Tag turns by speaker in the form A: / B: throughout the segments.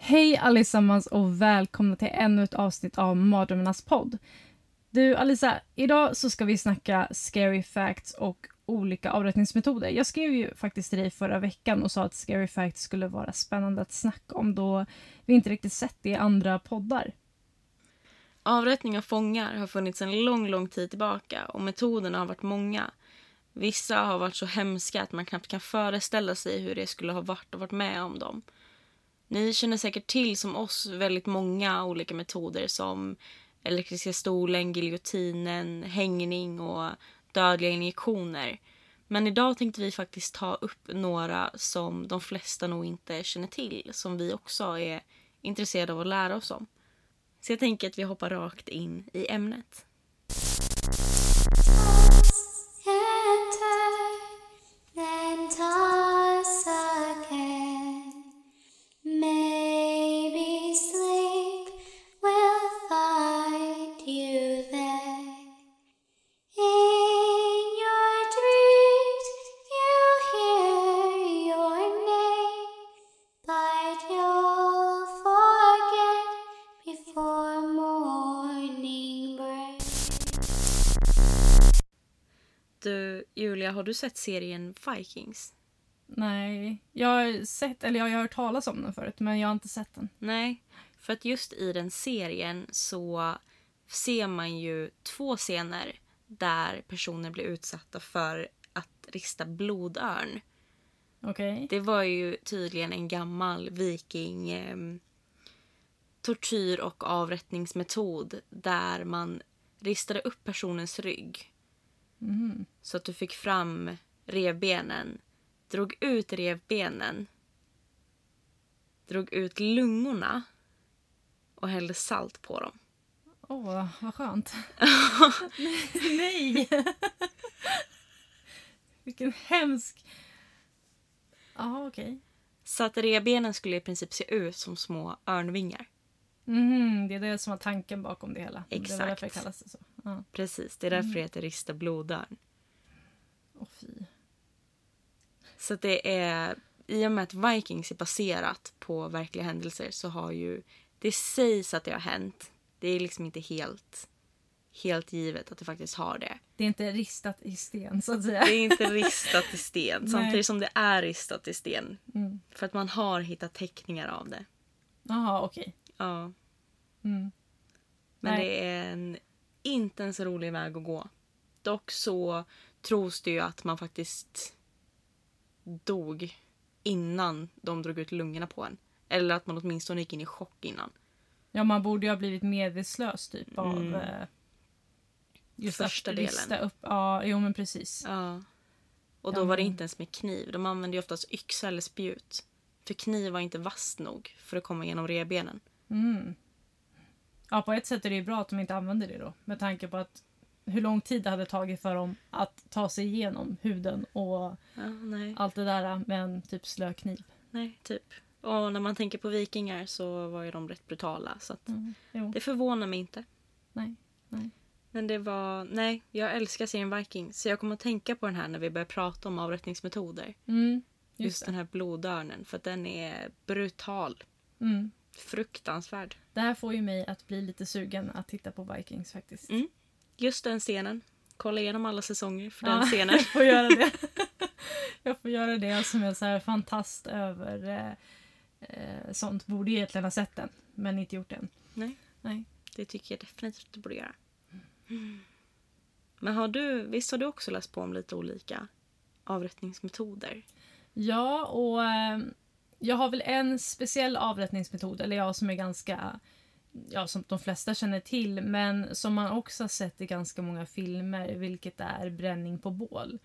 A: Hej allesammans och välkomna till ännu ett avsnitt av Mardrömmarnas podd. Du Alisa, idag så ska vi snacka scary facts och olika avrättningsmetoder. Jag skrev ju faktiskt till dig förra veckan och sa att scary facts skulle vara spännande att snacka om då vi inte riktigt sett det i andra poddar.
B: Avrättning av fångar har funnits en lång, lång tid tillbaka och metoderna har varit många. Vissa har varit så hemska att man knappt kan föreställa sig hur det skulle ha varit och varit med om dem. Ni känner säkert till som oss väldigt många olika metoder som elektriska stolen, giljotinen, hängning och dödliga injektioner. Men idag tänkte vi faktiskt ta upp några som de flesta nog inte känner till som vi också är intresserade av att lära oss om. Så jag tänker att vi hoppar rakt in i ämnet. Du, Julia, har du sett serien Vikings?
A: Nej, jag har sett, eller jag har hört talas om den förut men jag har inte sett den.
B: Nej, för att just i den serien så ser man ju två scener där personer blir utsatta för att rista blodörn.
A: Okej.
B: Det var ju tydligen en gammal viking ehm, tortyr och avrättningsmetod där man ristade upp personens rygg
A: Mhm.
B: så att du fick fram revbenen, drog ut revbenen, drog ut lungorna och hällde salt på dem.
A: Åh, vad skönt. Nej! Vilken hemsk... Ja, okej.
B: Så att revbenen skulle i princip se ut som små örnvingar.
A: Mhm, det är det som var tanken bakom det hela. Det var
B: Exakt.
A: därför det kallas det så. Ja.
B: Precis, det är därför det heter rista blodörn.
A: Mm. Åh, fy.
B: Så att det är, i och med att Vikings är baserat på verkliga händelser så har ju, det sägs att det har hänt. Det är liksom inte helt, helt givet att det faktiskt har det.
A: Det är inte ristat i sten, så att säga.
B: Det är inte ristat i sten.
A: Nej.
B: Samtidigt som det är ristat i sten.
A: Mm.
B: För att man har hittat teckningar av det.
A: Jaha, okej.
B: Ja.
A: Mm.
B: Men
A: Nej.
B: det är en, inte en så rolig väg att gå. Dock så tros det ju att man faktiskt dog innan de drog ut lungorna på en. Eller att man åtminstone gick in i chock innan.
A: Ja, man borde ju ha blivit medvetslös typ av...
B: Mm.
A: eh, Just
B: Första
A: att
B: delen.
A: rista upp. Ja, jo men precis.
B: Ja. Och då
A: Ja,
B: var det
A: men-
B: inte ens med kniv. De använde ju oftast yxa eller spjut. För kniv var inte vass nog för att komma igenom revbenen.
A: Mm. Ja, på ett sätt är det ju bra att de inte använder det då. Med tanke på att hur lång tid det hade tagit för dem att ta sig igenom huden och
B: Ja, nej.
A: allt det där med en typ slö kniv.
B: Nej, typ. Och när man tänker på vikingar så var ju de rätt brutala. Så att
A: Jo,
B: det förvånar mig inte.
A: nej. nej.
B: Men det var... Nej, jag älskar serien Viking. Så jag kommer att tänka på den här när vi börjar prata om avrättningsmetoder.
A: Mm,
B: Just,
A: just det.
B: den här blodörnen. För att den är brutal.
A: Mm.
B: Fruktansvärd.
A: Det här får ju mig att bli lite sugen att titta på Vikings faktiskt.
B: Mm, Just den scenen. Kolla igenom alla säsonger för
A: Ja,
B: den scenen.
A: jag får göra det. jag får göra det som är så här fantast över eh, eh, sånt. Borde egentligen ha sett den, men inte gjort den.
B: Nej,
A: Nej.
B: det tycker jag definitivt att du borde göra. Mm. Men har du... Visst har du också läst på om lite olika avrättningsmetoder?
A: Ja, och eh, jag har väl en speciell avrättningsmetod, eller ja, som är ganska, ja, som de flesta känner till, men som man också har sett i ganska många filmer, vilket är bränning på bål.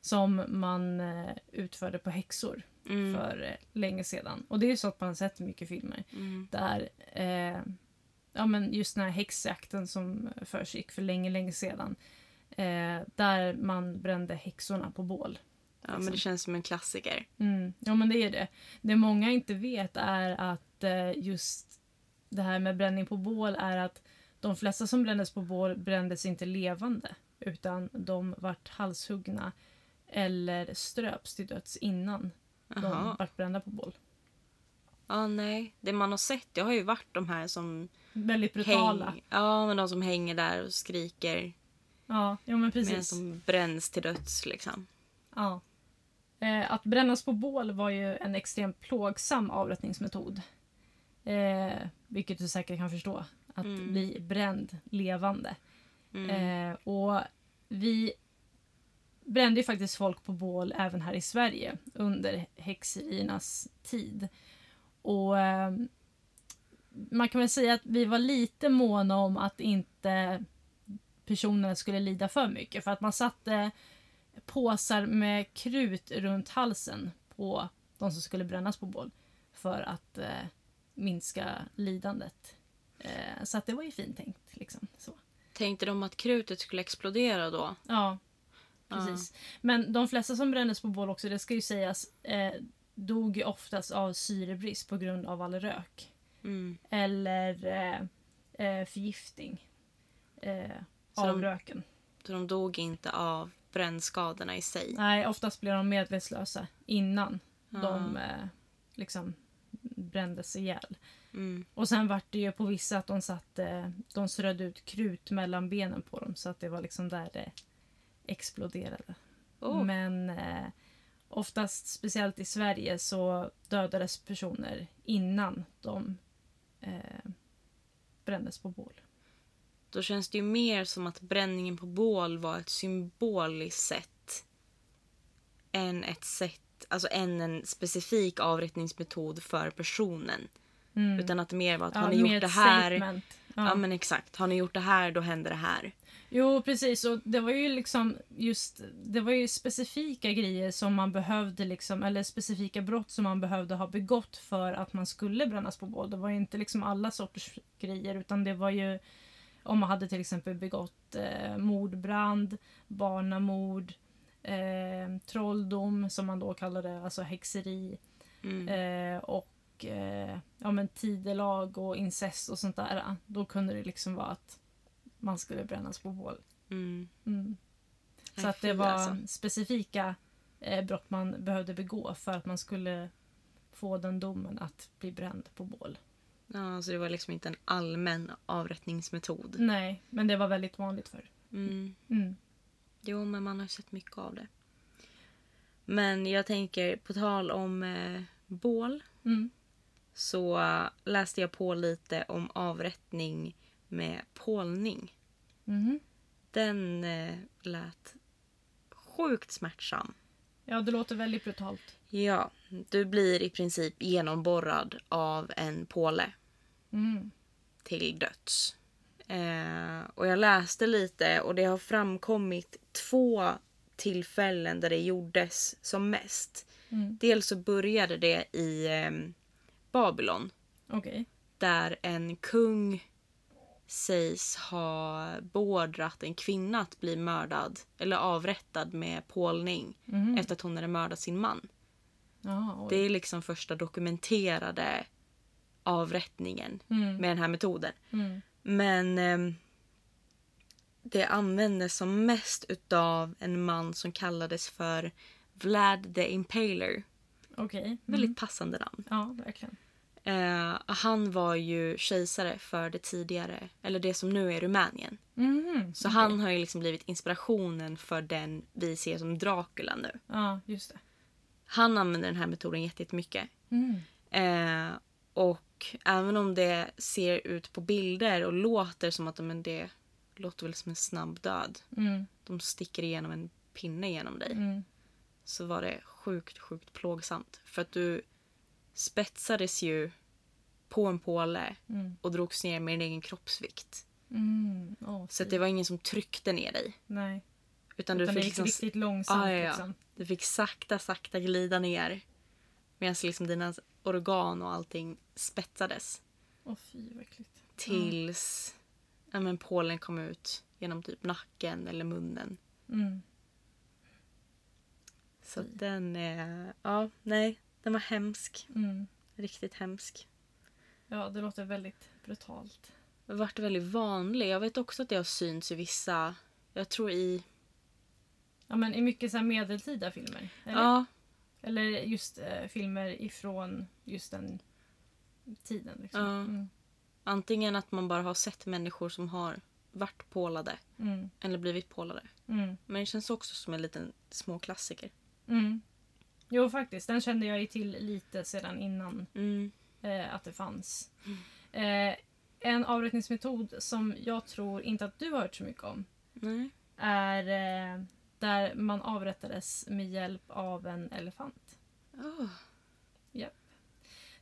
A: Som man eh, utförde på häxor.
B: Mm.
A: för eh, länge sedan. Och det är ju så att man har sett mycket filmer
B: Mm.
A: där eh, ja, men just den här häxjakten som försiggick för länge, länge sedan. Eh, där man brände häxorna på bål.
B: Ja,
A: Liksom.
B: men det känns som en klassiker.
A: Mm. Ja, men det är det. Det många inte vet är att eh, just det här med bränning på bål är att de flesta som brändes på bål brändes inte levande utan de vart halshuggna eller ströps till döds innan de
B: Jaha.
A: vart brända på bål.
B: Ja, nej. Det man har sett, det har ju varit de här som...
A: Väldigt brutala.
B: Häng, ja, men de som hänger där och skriker
A: Ja, ja, men
B: medan
A: precis.
B: de bränns till döds liksom.
A: Ja. Eh, att brännas på bål var ju en extremt plågsam avrättningsmetod. Eh, vilket du säkert kan förstå. Att
B: Mm.
A: bli bränd levande.
B: Mm.
A: Eh, och vi brände ju faktiskt folk på bål även här i Sverige under häxeriernas tid. Och eh, man kan väl säga att vi var lite måna om att inte personerna skulle lida för mycket. För att man satte påsar med krut runt halsen på de som skulle brännas på bål. För att eh, minska lidandet. Eh, så att det var ju fint tänkt. Liksom, så.
B: Tänkte de att krutet skulle explodera då?
A: Ja, precis. Men de flesta som brändes på bål också, det ska ju sägas, eh, dog ju oftast av syrebrist på grund av all rök.
B: Mm.
A: Eller eh, eh, förgiftning eh,
B: Så
A: av
B: de-
A: röken.
B: Så de dog inte av brännskadorna i sig.
A: Nej, oftast blir de medvetslösa innan
B: Ja.
A: de eh, liksom brändes ihjäl.
B: Mm.
A: Och sen vart det ju på vissa att de satt, eh, de strödde ut krut mellan benen på dem så att det var liksom där det exploderade.
B: Oh.
A: Men eh, oftast, speciellt i Sverige, så dödades personer innan de eh, brändes på bål.
B: Då känns det ju mer som att bränningen på bål var ett symboliskt sätt än ett sätt, alltså än en specifik avrättningsmetod för personen.
A: Mm.
B: Utan att det mer var att
A: Ja,
B: har ni
A: med
B: gjort
A: ett
B: det här,
A: statement. Ja.
B: ja men exakt, har ni gjort det här då händer det här.
A: Jo, precis. Och det var ju liksom just, det var ju specifika grejer som man behövde liksom, eller specifika brott som man behövde ha begått för att man skulle brännas på bål. Det var ju inte liksom alla sorters grejer utan det var ju om man hade till exempel begått eh, mordbrand, barnamord, eh, trolldom som man då kallade alltså häxeri
B: Mm.
A: eh, och eh, ja, men tidelag och incest och sånt där. Då kunde det liksom vara att man skulle brännas på bål.
B: Mm.
A: Mm. Så
B: Nej,
A: att det
B: fy,
A: var
B: alltså.
A: specifika eh, brott man behövde begå för att man skulle få den domen att bli bränd på bål.
B: Ja, så det var liksom inte en allmän avrättningsmetod.
A: Nej, men det var väldigt vanligt förr.
B: Mm.
A: Mm.
B: Jo, men man har ju sett mycket av det. Men jag tänker, på tal om eh, bål
A: Mm.
B: så eh, läste jag på lite om avrättning med pålning.
A: Mhm.
B: Den eh, lät sjukt smärtsam.
A: Ja, det låter väldigt brutalt.
B: Ja, du blir i princip genomborrad av en påle
A: Mm.
B: till döds. Eh, och jag läste lite och det har framkommit två tillfällen där det gjordes som mest.
A: Mm.
B: Dels så började det i eh, Babylon
A: Okej.
B: där en kung sägs ha beordrat en kvinna att bli mördad eller avrättad med pålning
A: Mhm.
B: efter att hon hade mördat sin man.
A: Ja, oj.
B: Det är liksom första dokumenterade avrättningen
A: Mm.
B: med den här metoden.
A: Mm.
B: Men ehm, det användes som mest utav en man som kallades för Vlad the Impaler.
A: Okej. Mm.
B: Väldigt passande namn.
A: Ja, verkligen.
B: Eh, han var ju kejsare för det tidigare, eller det som nu är Rumänien.
A: Mhm.
B: Så han har ju liksom blivit inspirationen för den vi ser som Dracula nu.
A: Ja, just det.
B: Han använder den här metoden jätte- jättemycket.
A: Mm.
B: Eh, och även om det ser ut på bilder och låter som att men det låter väl som en snabb död.
A: Mm.
B: De sticker igenom en pinne genom dig.
A: Mm.
B: Så var det sjukt, sjukt plågsamt. För att du spetsades ju på en påle
A: Mm.
B: och drogs ner med din egen kroppsvikt.
A: Mm. Åh,
B: Så att det var ingen som tryckte ner dig.
A: Nej.
B: Utan,
A: Utan
B: du
A: det
B: fick
A: gick
B: liksom...
A: riktigt långsamt.
B: Ah, ja, ja.
A: Liksom.
B: Du fick sakta, sakta glida ner. Medan liksom dina organ och allting spetsades.
A: Åh fy vad äckligt.
B: Tills ja, men pålen kom ut genom typ nacken eller munnen.
A: Mm.
B: Så att den är... Ja, nej. Den var hemsk.
A: Mm.
B: Riktigt hemsk.
A: Ja, det låter väldigt brutalt.
B: varit väldigt vanlig. Jag vet också att det har synts i vissa... Jag tror i...
A: Ja, men i mycket så här medeltida filmer? Eller,
B: Ja,
A: eller just eh, filmer ifrån just den tiden. Liksom.
B: Ja.
A: Mm.
B: antingen att man bara har sett människor som har varit pålade
A: Mm.
B: eller blivit pålade.
A: Mm.
B: Men det känns också som en liten småklassiker.
A: Mm. Jo, faktiskt. Den kände jag ju till lite sedan innan
B: Mm.
A: eh, att det fanns. Eh, en avrättningsmetod som jag tror inte att du har hört så mycket om
B: Nej.
A: är eh, där man avrättades med hjälp av en elefant.
B: Oh.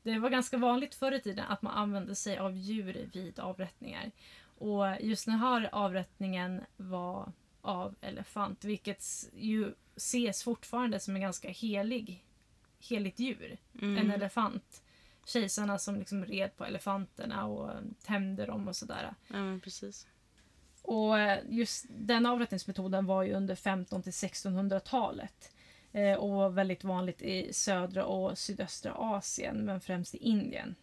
A: Det var ganska vanligt förr i tiden att man använde sig av djur vid avrättningar. Och just den här avrättningen var av elefant, vilket s- ju ses fortfarande som en ganska helig, heligt djur. En elefant. Kejsarna som liksom red på elefanterna och tämjde dem och sådär.
B: Ja, men precis.
A: Och eh, just den avrättningsmetoden var ju under 15 till 1600-talet eh, och var väldigt vanligt i södra och sydöstra Asien, men främst i Indien.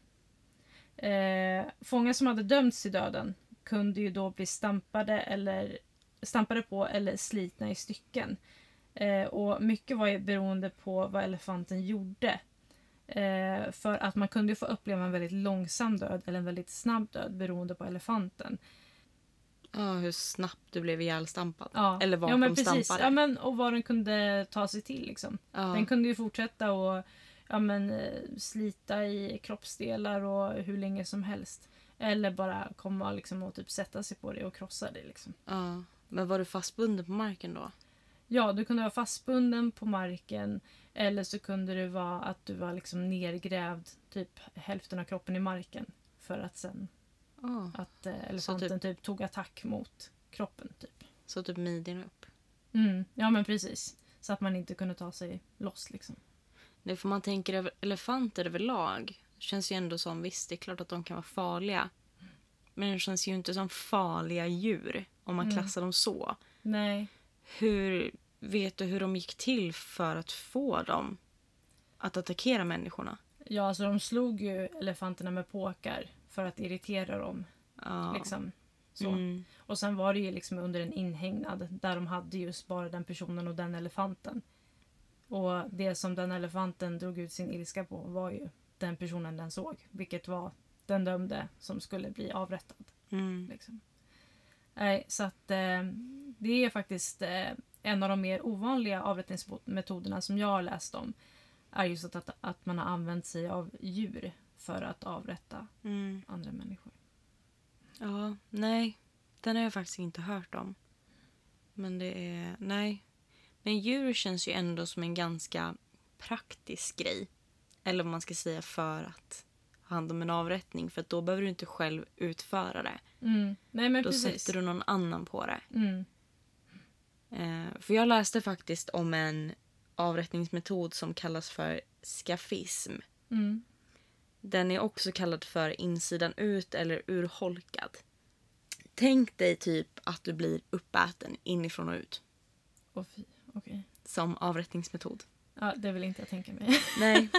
A: Eh, Fångar som hade dömts till döden kunde ju då bli stampade, eller, stampade på eller slitna i stycken. Eh, Och mycket var ju beroende på vad elefanten gjorde. Eh, För att man kunde ju få uppleva en väldigt långsam död eller en väldigt snabb död beroende på elefanten.
B: Ja, hur snabbt du blev ihjälstampad.
A: Ja.
B: Eller var
A: ja, men
B: de
A: precis.
B: stampade.
A: Ja, men, och vad den kunde ta sig till. Liksom.
B: Ja.
A: Den kunde ju fortsätta och ja, men, eh, slita i kroppsdelar och hur länge som helst. Eller bara komma liksom, och typ sätta sig på det och krossa det. Liksom.
B: Ja. Men var du fastbunden på marken då?
A: Ja, du kunde vara fastbunden på marken eller så kunde det vara att du var liksom nergrävd typ hälften av kroppen i marken för att sen
B: Oh.
A: att eh, elefanten typ... tog attack mot kroppen. typ.
B: Så typ midjan upp.
A: Mm, ja, men precis. Så att man inte kunde ta sig loss. liksom.
B: Nej, för man tänker över elefanter överlag. Känns ju ändå som, visst det är klart att de kan vara farliga. Men de känns ju inte som farliga djur om man klassar dem så.
A: Nej.
B: Hur vet du hur de gick till för att få dem att attackera människorna?
A: Ja, alltså de slog ju elefanterna med påkar för att irritera dem.
B: Ja.
A: Liksom. Så.
B: Mm.
A: Och sen var det ju liksom under en inhägnad där de hade just bara den personen och den elefanten. Och det som den elefanten drog ut sin ilska på var ju den personen den såg. Vilket var den dömde som skulle bli avrättad.
B: Mm.
A: Liksom. Nej, så att eh, det är faktiskt eh, en av de mer ovanliga avrättningsmetoderna som jag har läst om. Är just att, att, att man har använt sig av djur för att avrätta
B: Mm.
A: andra människor.
B: Ja, nej. Den har jag faktiskt inte hört om. Men det är... Nej. Men djur känns ju ändå som en ganska praktisk grej. Eller vad man ska säga för att ha hand om en avrättning. För att då behöver du inte själv utföra det.
A: Mm. Nej men
B: Då
A: precis.
B: sätter du någon annan på det.
A: Mm.
B: Eh, för jag läste faktiskt om en avrättningsmetod som kallas för skafism.
A: Mm.
B: Den är också kallad för insidan ut eller urholkad. Tänk dig typ att du blir uppäten inifrån och ut
A: Och fy, okej.
B: som avrättningsmetod.
A: Ja, det vill inte jag tänka mig.
B: Nej,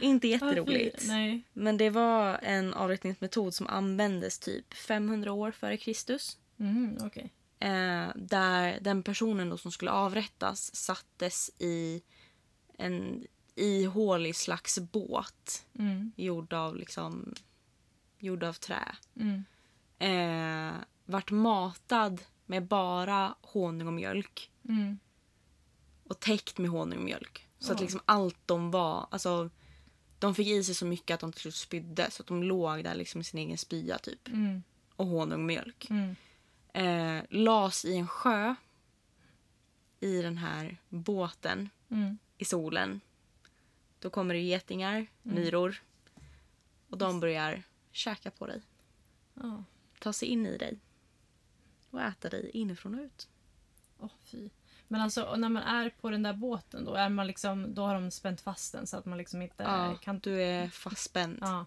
B: inte
A: Ja, fy,
B: jätteroligt.
A: Nej.
B: Men det var en avrättningsmetod som användes typ 500 år före Kristus.
A: Mm, okej.
B: Eh, där den personen då som skulle avrättas sattes i en ihålig slags båt
A: Mm.
B: gjord av, liksom, gjord av trä.
A: Mm.
B: eh, vart matad med bara honung och mjölk
A: Mm.
B: och täckt med honung och mjölk. Så att
A: Ja.
B: liksom allt de var, alltså de fick i sig så mycket att de till slut spydde så att de låg där liksom i sin egen spya typ
A: Mm.
B: och honung och mjölk.
A: Mm.
B: Eh, las i en sjö i den här båten
A: Mm.
B: i solen. Då kommer det getingar,
A: Mm.
B: myror och de börjar käka på dig,
A: Ja.
B: ta sig in i dig och äta dig inifrån och ut.
A: Åh, fy. Men alltså och när man är på den där båten då, är man liksom, då har de spänt fast den så att man liksom inte
B: Ja,
A: kan...
B: du är fastspänd.
A: Ja.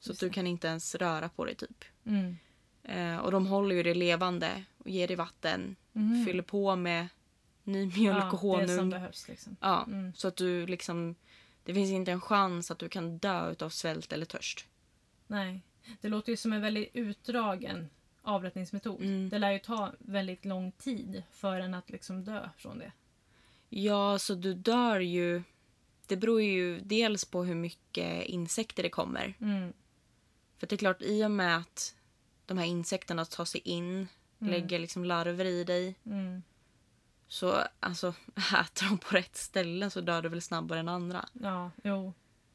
B: så att du kan inte ens röra på dig typ.
A: Mm.
B: Eh, och de håller ju det levande och ger dig vatten.
A: Mhm.
B: Fyller på med ny mjölk och
A: ja, det som
B: honung.
A: behövs liksom.
B: Ja,
A: Mm.
B: så att du liksom... Det finns inte en chans att du kan dö utav svält eller törst.
A: Nej. Det låter ju som en väldigt utdragen avrättningsmetod.
B: Mm.
A: Det lär ju ta väldigt lång tid för en att liksom dö från det.
B: Ja, så du dör ju... Det beror ju dels på hur mycket insekter det kommer.
A: Mm.
B: För det är klart, i och med att de här insekterna tar sig in, lägger liksom larver i dig,
A: Mm.
B: så alltså, äter de på rätt ställen så dör du väl snabbare än andra.
A: Ja, jo.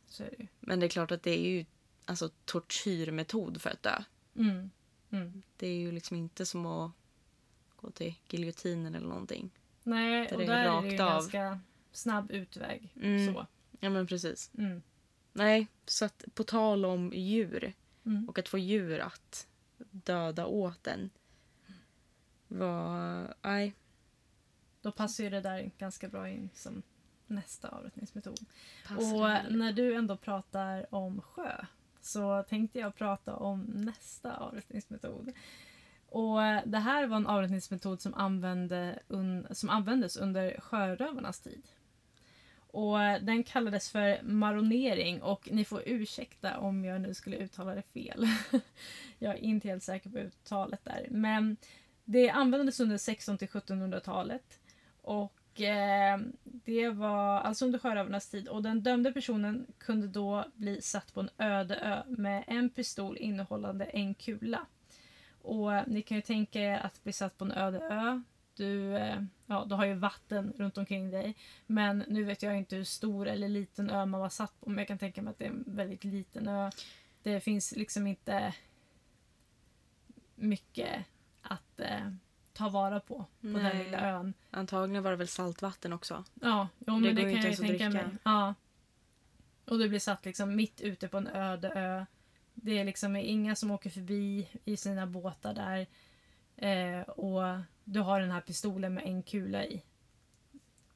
A: Så är det ju.
B: Men det är klart att det är ju alltså, tortyrmetod för att dö.
A: Mm. Mm.
B: Det är ju liksom inte som att gå till giljotinen eller någonting.
A: Nej,
B: Det
A: och
B: är
A: där är det ju
B: rakt
A: en
B: av.
A: ganska snabb utväg.
B: Mm.
A: Så.
B: Ja men precis.
A: Mm.
B: Nej, så att på tal om djur
A: Mm.
B: och att få djur att döda åt en var... Nej.
A: Då passar ju det där ganska bra in som nästa avrättningsmetod.
B: passar
A: Och
B: det väl.
A: när du ändå pratar om sjö så tänkte jag prata om nästa avrättningsmetod. Och eh, det här var en avrättningsmetod som, använde un, som användes under sjörövarnas tid. Och eh, den kallades för maronering och ni får ursäkta om jag nu skulle uttala det fel. jag är inte helt säker på uttalet där. Men det användes under 16 till 1700-talet. Och eh, det var alltså under sjörövarnas tid och den dömde personen kunde då bli satt på en öde ö med en pistol innehållande en kula. Och eh, ni kan ju tänka er att bli satt på en öde ö. Du, eh, ja, du har ju vatten runt omkring dig. Men nu vet jag inte hur stor eller liten ö man var satt på men jag kan tänka mig att det är en väldigt liten ö. Det finns liksom inte mycket att eh, ta vara på på den
B: Nej.
A: lilla ön.
B: Antagligen var det väl saltvatten också.
A: Ja, jo,
B: Det
A: men det,
B: går ju
A: kan jag ju
B: inte ens att
A: tänka
B: dricka.
A: mig. Ja. Och du blir satt liksom mitt ute på en öde ö. Det är liksom inga som åker förbi i sina båtar där. Eh, och du har den här pistolen med en kula i.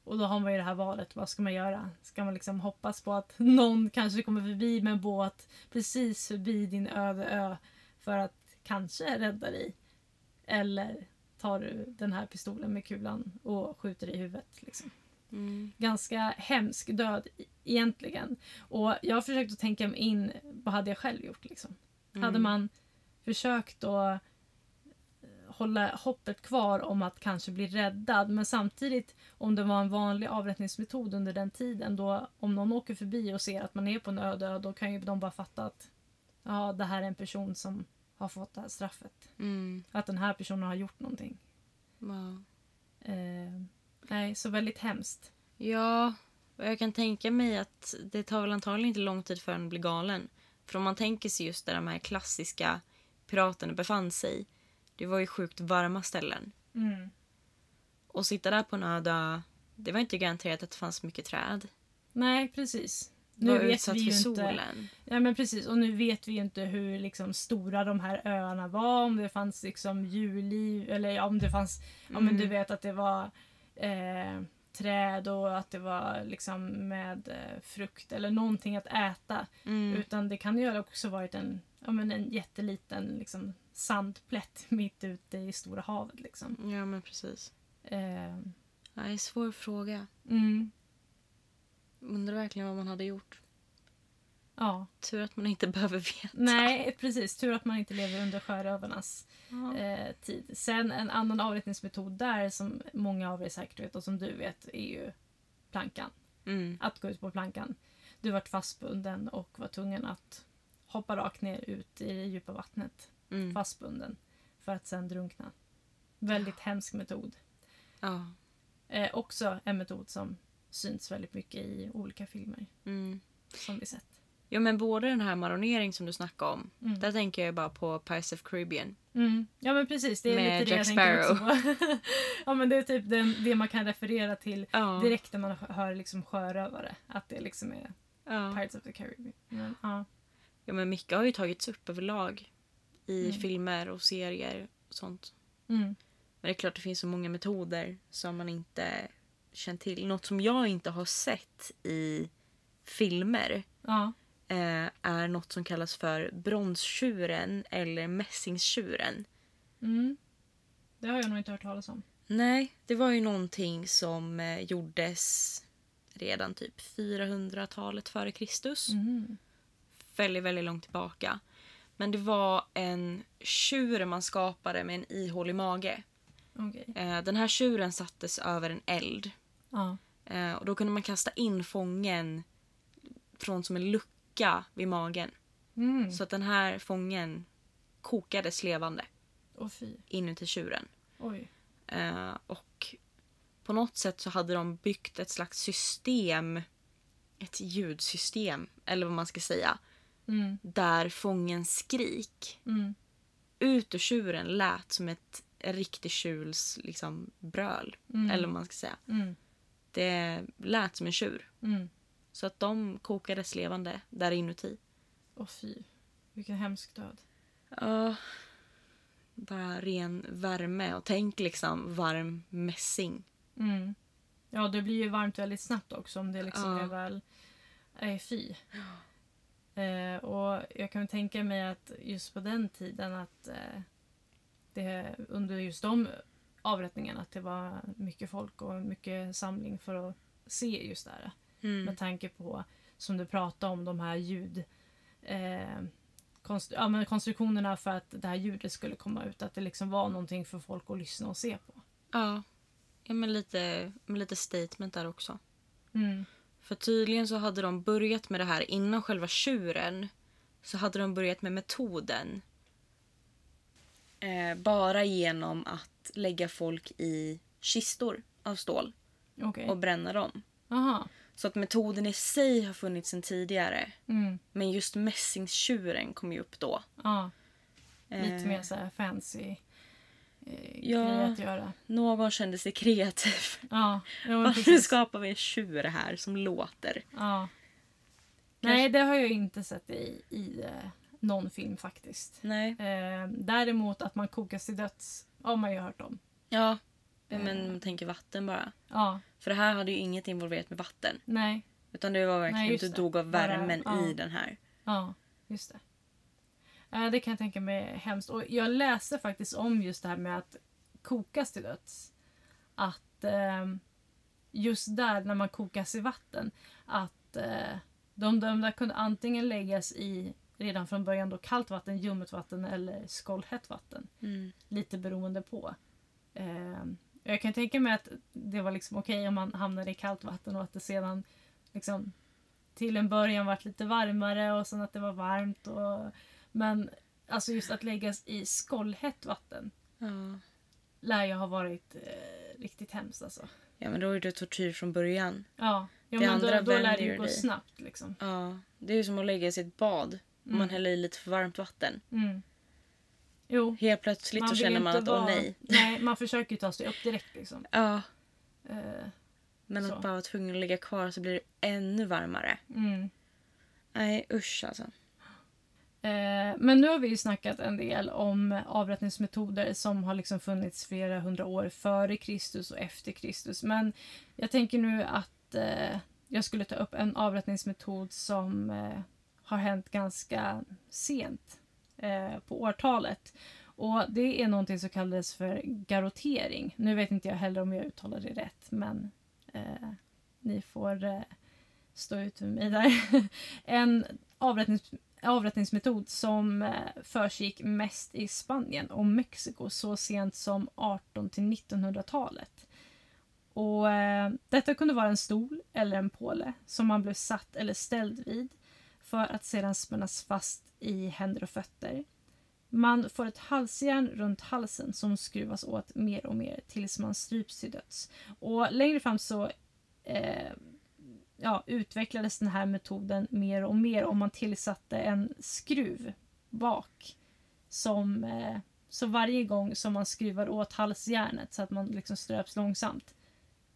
A: Och då har man ju det här valet, vad ska man göra? Ska man liksom hoppas på att någon kanske kommer förbi med en båt precis förbi din öde ö för att kanske rädda dig? Eller tar du den här pistolen med kulan och skjuter i huvudet? Liksom? ganska hemsk död e- egentligen. Och jag har försökt att tänka mig in, vad hade jag själv gjort liksom? Hade man försökt att eh, hålla hoppet kvar om att kanske bli räddad men samtidigt om det var en vanlig avrättningsmetod under den tiden då om någon åker förbi och ser att man är på en öde ö, då kan ju de bara fatta att ja, det här är en person som har fått det här straffet.
B: Mm.
A: Att den här personen har gjort någonting.
B: Ja.
A: Eh, nej, så väldigt hemskt.
B: Ja, och jag kan tänka mig att det tar väl antagligen inte lång tid förrän den blir galen. För om man tänker sig just där de här klassiska piraterna befann sig. Det var ju sjukt varma ställen.
A: Mm.
B: Och sitta där på en öde ö, det var inte garanterat att det fanns mycket träd.
A: Nej, precis.
B: Nu
A: Nu
B: var
A: vet
B: utsatt
A: vi
B: för
A: ju inte.
B: solen.
A: Ja, men precis. Och nu vet vi ju inte hur liksom, stora de här öarna var, om det fanns liksom djurliv eller ja, om det fanns, ja men
B: Mm.
A: du vet att det var eh, träd och att det var liksom med eh, frukt eller någonting att äta.
B: Mm.
A: Utan det kan ju ha också varit en, ja, men en jätteliten liksom, sandplätt mitt ute i stora havet. Liksom.
B: Ja, men precis.
A: Eh,
B: Nej, svår fråga.
A: mm,
B: Undrar verkligen vad man hade gjort.
A: ja.
B: Tur att man inte behöver veta.
A: Nej, precis. Tur att man inte lever under sjörövarnas
B: Ja.
A: eh, tid. Sen en annan avrättningsmetod där som många av er säkert vet och som du vet är ju plankan.
B: Mm.
A: Att gå ut på plankan. Du vart fastbunden och var tvungen att hoppa rakt ner ut i det djupa vattnet
B: Mm.
A: fastbunden för att sen drunkna. Väldigt hemsk metod.
B: Ja.
A: Eh, också en metod som syns väldigt mycket i olika filmer
B: Mm.
A: som vi sett.
B: Ja, men både den här maronering som du snackade om.
A: Mm.
B: Där tänker jag bara på Pirates of Caribbean.
A: Mm. Ja men precis, det är
B: Med
A: lite det
B: Jack
A: jag tänker också på. ja men det är typ den, det man kan referera till
B: Ja.
A: direkt när man hör liksom sjörövare. Att det liksom är
B: Ja.
A: Pirates of the Caribbean. Men, ja.
B: ja, men mycket har ju tagits upp överlag i
A: Mm.
B: filmer och serier och sånt.
A: Mm.
B: Men det är klart det finns så många metoder som man inte känt till. Något som jag inte har sett i filmer
A: Ja.
B: eh, är något som kallas för bronstjuren eller mässingstjuren.
A: Mm. Det har jag nog inte hört talas om.
B: Nej, det var ju någonting som eh, gjordes redan typ 400-talet före Kristus.
A: Mm.
B: Väldigt, väldigt långt tillbaka. Men det var en tjur man skapade med en ihålig mage.
A: Okej.
B: Eh, Den här tjuren sattes över en eld.
A: Ja.
B: Eh, Och då kunde man kasta in fången från som en lucka vid magen.
A: Mm.
B: Så att den här fången kokades levande
A: Åh fy.
B: inuti tjuren.
A: Oj.
B: Eh, och på något sätt så hade de byggt ett slags system, ett ljudsystem eller vad man ska säga,
A: Mm.
B: där fångens skrik
A: Mm.
B: ut ur tjuren lät som ett en riktig tjurs liksom, bröl.
A: Mm.
B: Eller vad man ska säga.
A: Mm.
B: Det lät som en tjur.
A: Mm.
B: Så att de kokades levande där inuti.
A: Åh fy. Vilken hemsk död.
B: Ja. Bara ren värme. Och tänk liksom varm mässing.
A: Mm. Ja, det blir ju varmt väldigt snabbt också om det liksom
B: Ja.
A: är väl... Nej, fy. Eh, och jag kan tänka mig att just på den tiden att eh, det, under just de avrättningarna att det var mycket folk och mycket samling för att se just det här.
B: Mm.
A: Med tanke på, som du pratade om, de här ljud... Eh, konst, ja, men konstruktionerna för att det här ljudet skulle komma ut. Att det liksom var någonting för folk att lyssna och se på.
B: Ja. Ja men lite, men lite statement där också.
A: Mm.
B: För tydligen så hade de börjat med det här innan själva tjuren. Så hade de börjat med metoden. Eh, bara genom att lägga folk i kistor av stål
A: Okej.
B: och bränna dem.
A: Aha.
B: Så att metoden i sig har funnits sedan tidigare.
A: Mm.
B: Men just mässingstjuren kom ju upp då.
A: Ja,
B: Eh,
A: lite mer så här fancy eh,
B: Ja.
A: grejer att göra.
B: Någon kände sig kreativ.
A: Ja, jo, men
B: Varför
A: precis.
B: skapar vi en tjur här som låter?
A: Ja. Nej, det har jag ju inte sett i, i eh, någon film faktiskt.
B: Nej.
A: Eh, däremot att man kokas till döds har man ju hört om.
B: Ja.
A: Mm.
B: Men man tänker vatten bara.
A: Ja,
B: För det här hade ju inget involverat med vatten.
A: nej.
B: Utan det var verkligen
A: Nej,
B: att
A: just
B: du
A: det.
B: dog av
A: Bara-
B: värmen
A: ja.
B: i den här.
A: Ja, just det. Eh, Det kan jag tänka mig är hemskt. Och jag läste faktiskt om just det här med att kokas till döds. Att ehm, just där när man kokas i vatten att eh, de dömda kunde antingen läggas i redan från början då kallt vatten, ljummet vatten eller skållhett vatten.
B: Mm.
A: Lite beroende på. Ehm, jag kan tänka mig att det var liksom okej om man hamnade i kallt vatten och att det sedan liksom till en början varit lite varmare och sen att det var varmt. Och, men alltså just att läggas i skållhett vatten
B: Ja.
A: lär ju ha varit eh, riktigt hemskt alltså.
B: ja men då är det tortyr från början.
A: Ja, ja
B: Det
A: men då,
B: andra
A: då lär
B: vänder
A: det ju
B: ju
A: gå
B: dig.
A: snabbt liksom.
B: Ja. Det är ju som att lägga sig i ett bad. Om man häller i lite för varmt vatten.
A: Mm. Jo,
B: Helt plötsligt så
A: vill
B: känner
A: ju
B: man
A: inte
B: att åh
A: vara-
B: nej.
A: nej. Man försöker ju ta sig upp direkt liksom.
B: Ja.
A: Eh,
B: Men
A: Så.
B: att bara vara tvungen att ligga kvar så blir det ännu varmare.
A: mm.
B: Nej usch alltså.
A: Eh, Men nu har vi ju snackat en del om avrättningsmetoder som har liksom funnits flera hundra år före Kristus och efter Kristus. Men jag tänker nu att eh, jag skulle ta upp en avrättningsmetod som eh, har hänt ganska sent eh, på årtalet. Och Det är någonting som kallades för garotering. Nu vet inte jag heller om jag uttalar det rätt men eh, ni får eh, stå ut med mig där. en avrättnings avrättningsmetod som eh, försiggick mest i Spanien och Mexiko så sent som 18 till 1900-talet. Och eh, Detta kunde vara en stol eller en påle som man blev satt eller ställd vid för att sedan spännas fast i händer och fötter. Man får ett halsjärn runt halsen som skruvas åt mer och mer tills man stryps till döds. Och längre fram så eh, ja, utvecklades den här metoden mer och mer om man tillsatte en skruv bak. Som, eh, så varje gång som man skruvar åt halsjärnet så att man liksom ströps långsamt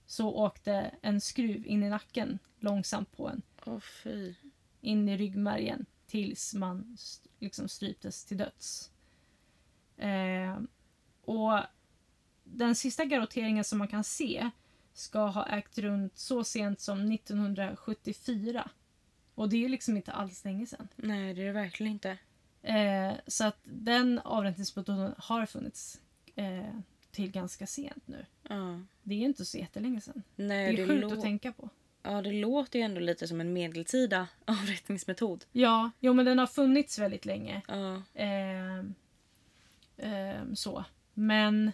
A: så åkte en skruv in i nacken långsamt på en,
B: Åh fy.
A: in i ryggmärgen tills man st- liksom stryptes till döds. Eh, och den sista garrotteringen som man kan se ska ha ägt runt så sent som 1974. Och det är ju liksom inte alls länge sedan.
B: Nej, det är det verkligen inte.
A: Eh, så att den avrättningsmetoden har funnits eh, till ganska sent nu.
B: Ja.
A: Det är ju inte så jättelänge sedan.
B: Nej,
A: Det är
B: Eh, lå-
A: sjukt att tänka på.
B: Ja, det låter ju ändå lite som en medeltida avrättningsmetod.
A: Ja, jo men den har funnits väldigt länge.
B: Ja.
A: Ehm, ehm, så. Men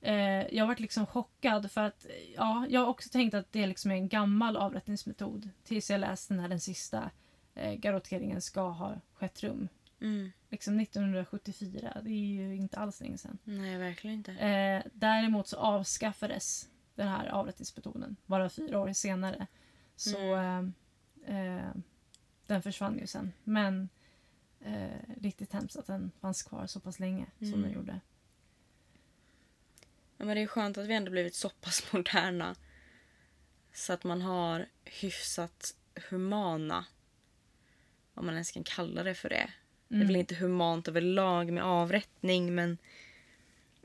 A: eh, jag varit liksom chockad för att eh, ja, jag har också tänkt att det liksom är en gammal avrättningsmetod tills jag läste den här den sista eh, garrotteringen ska ha skett rum.
B: Mm.
A: Liksom 1974, det är ju inte alls länge sedan.
B: Nej, verkligen inte.
A: Eh, däremot så avskaffades den här avrättningsmetoden bara fyra år senare. Så
B: Mm.
A: eh, eh, den försvann ju sen. Men eh, riktigt hemskt att den fanns kvar så pass länge som den
B: Mm.
A: gjorde.
B: Ja, men det är skönt att vi ändå blivit så pass moderna. Så att man har hyfsat humana, om man ens kan kalla det för det. Det är väl inte humant överlag med avrättning men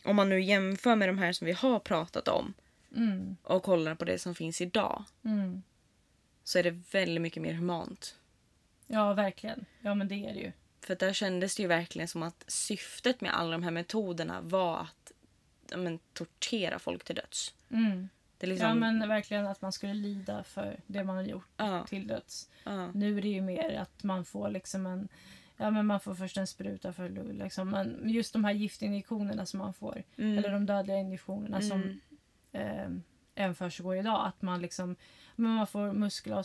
B: om man nu jämför med de här som vi har pratat om
A: Mm,
B: och kollar på det som finns idag
A: mm.
B: så är det väldigt mycket mer humant.
A: Ja, verkligen. Ja, men det är det ju.
B: För där kändes det ju verkligen som att syftet med alla de här metoderna var att ja, men, tortera folk till döds.
A: Mm.
B: Det är liksom,
A: Ja, men verkligen att man skulle lida för det man har gjort
B: Ja.
A: till döds.
B: ja,
A: Nu är det ju mer att man får liksom en... Ja, men man får först en spruta för lung, liksom. Men just de här giftinjektionerna som man får.
B: mm,
A: Eller de dödliga injektionerna som
B: mm,
A: eh, även försiggår idag. Att man liksom... Men man får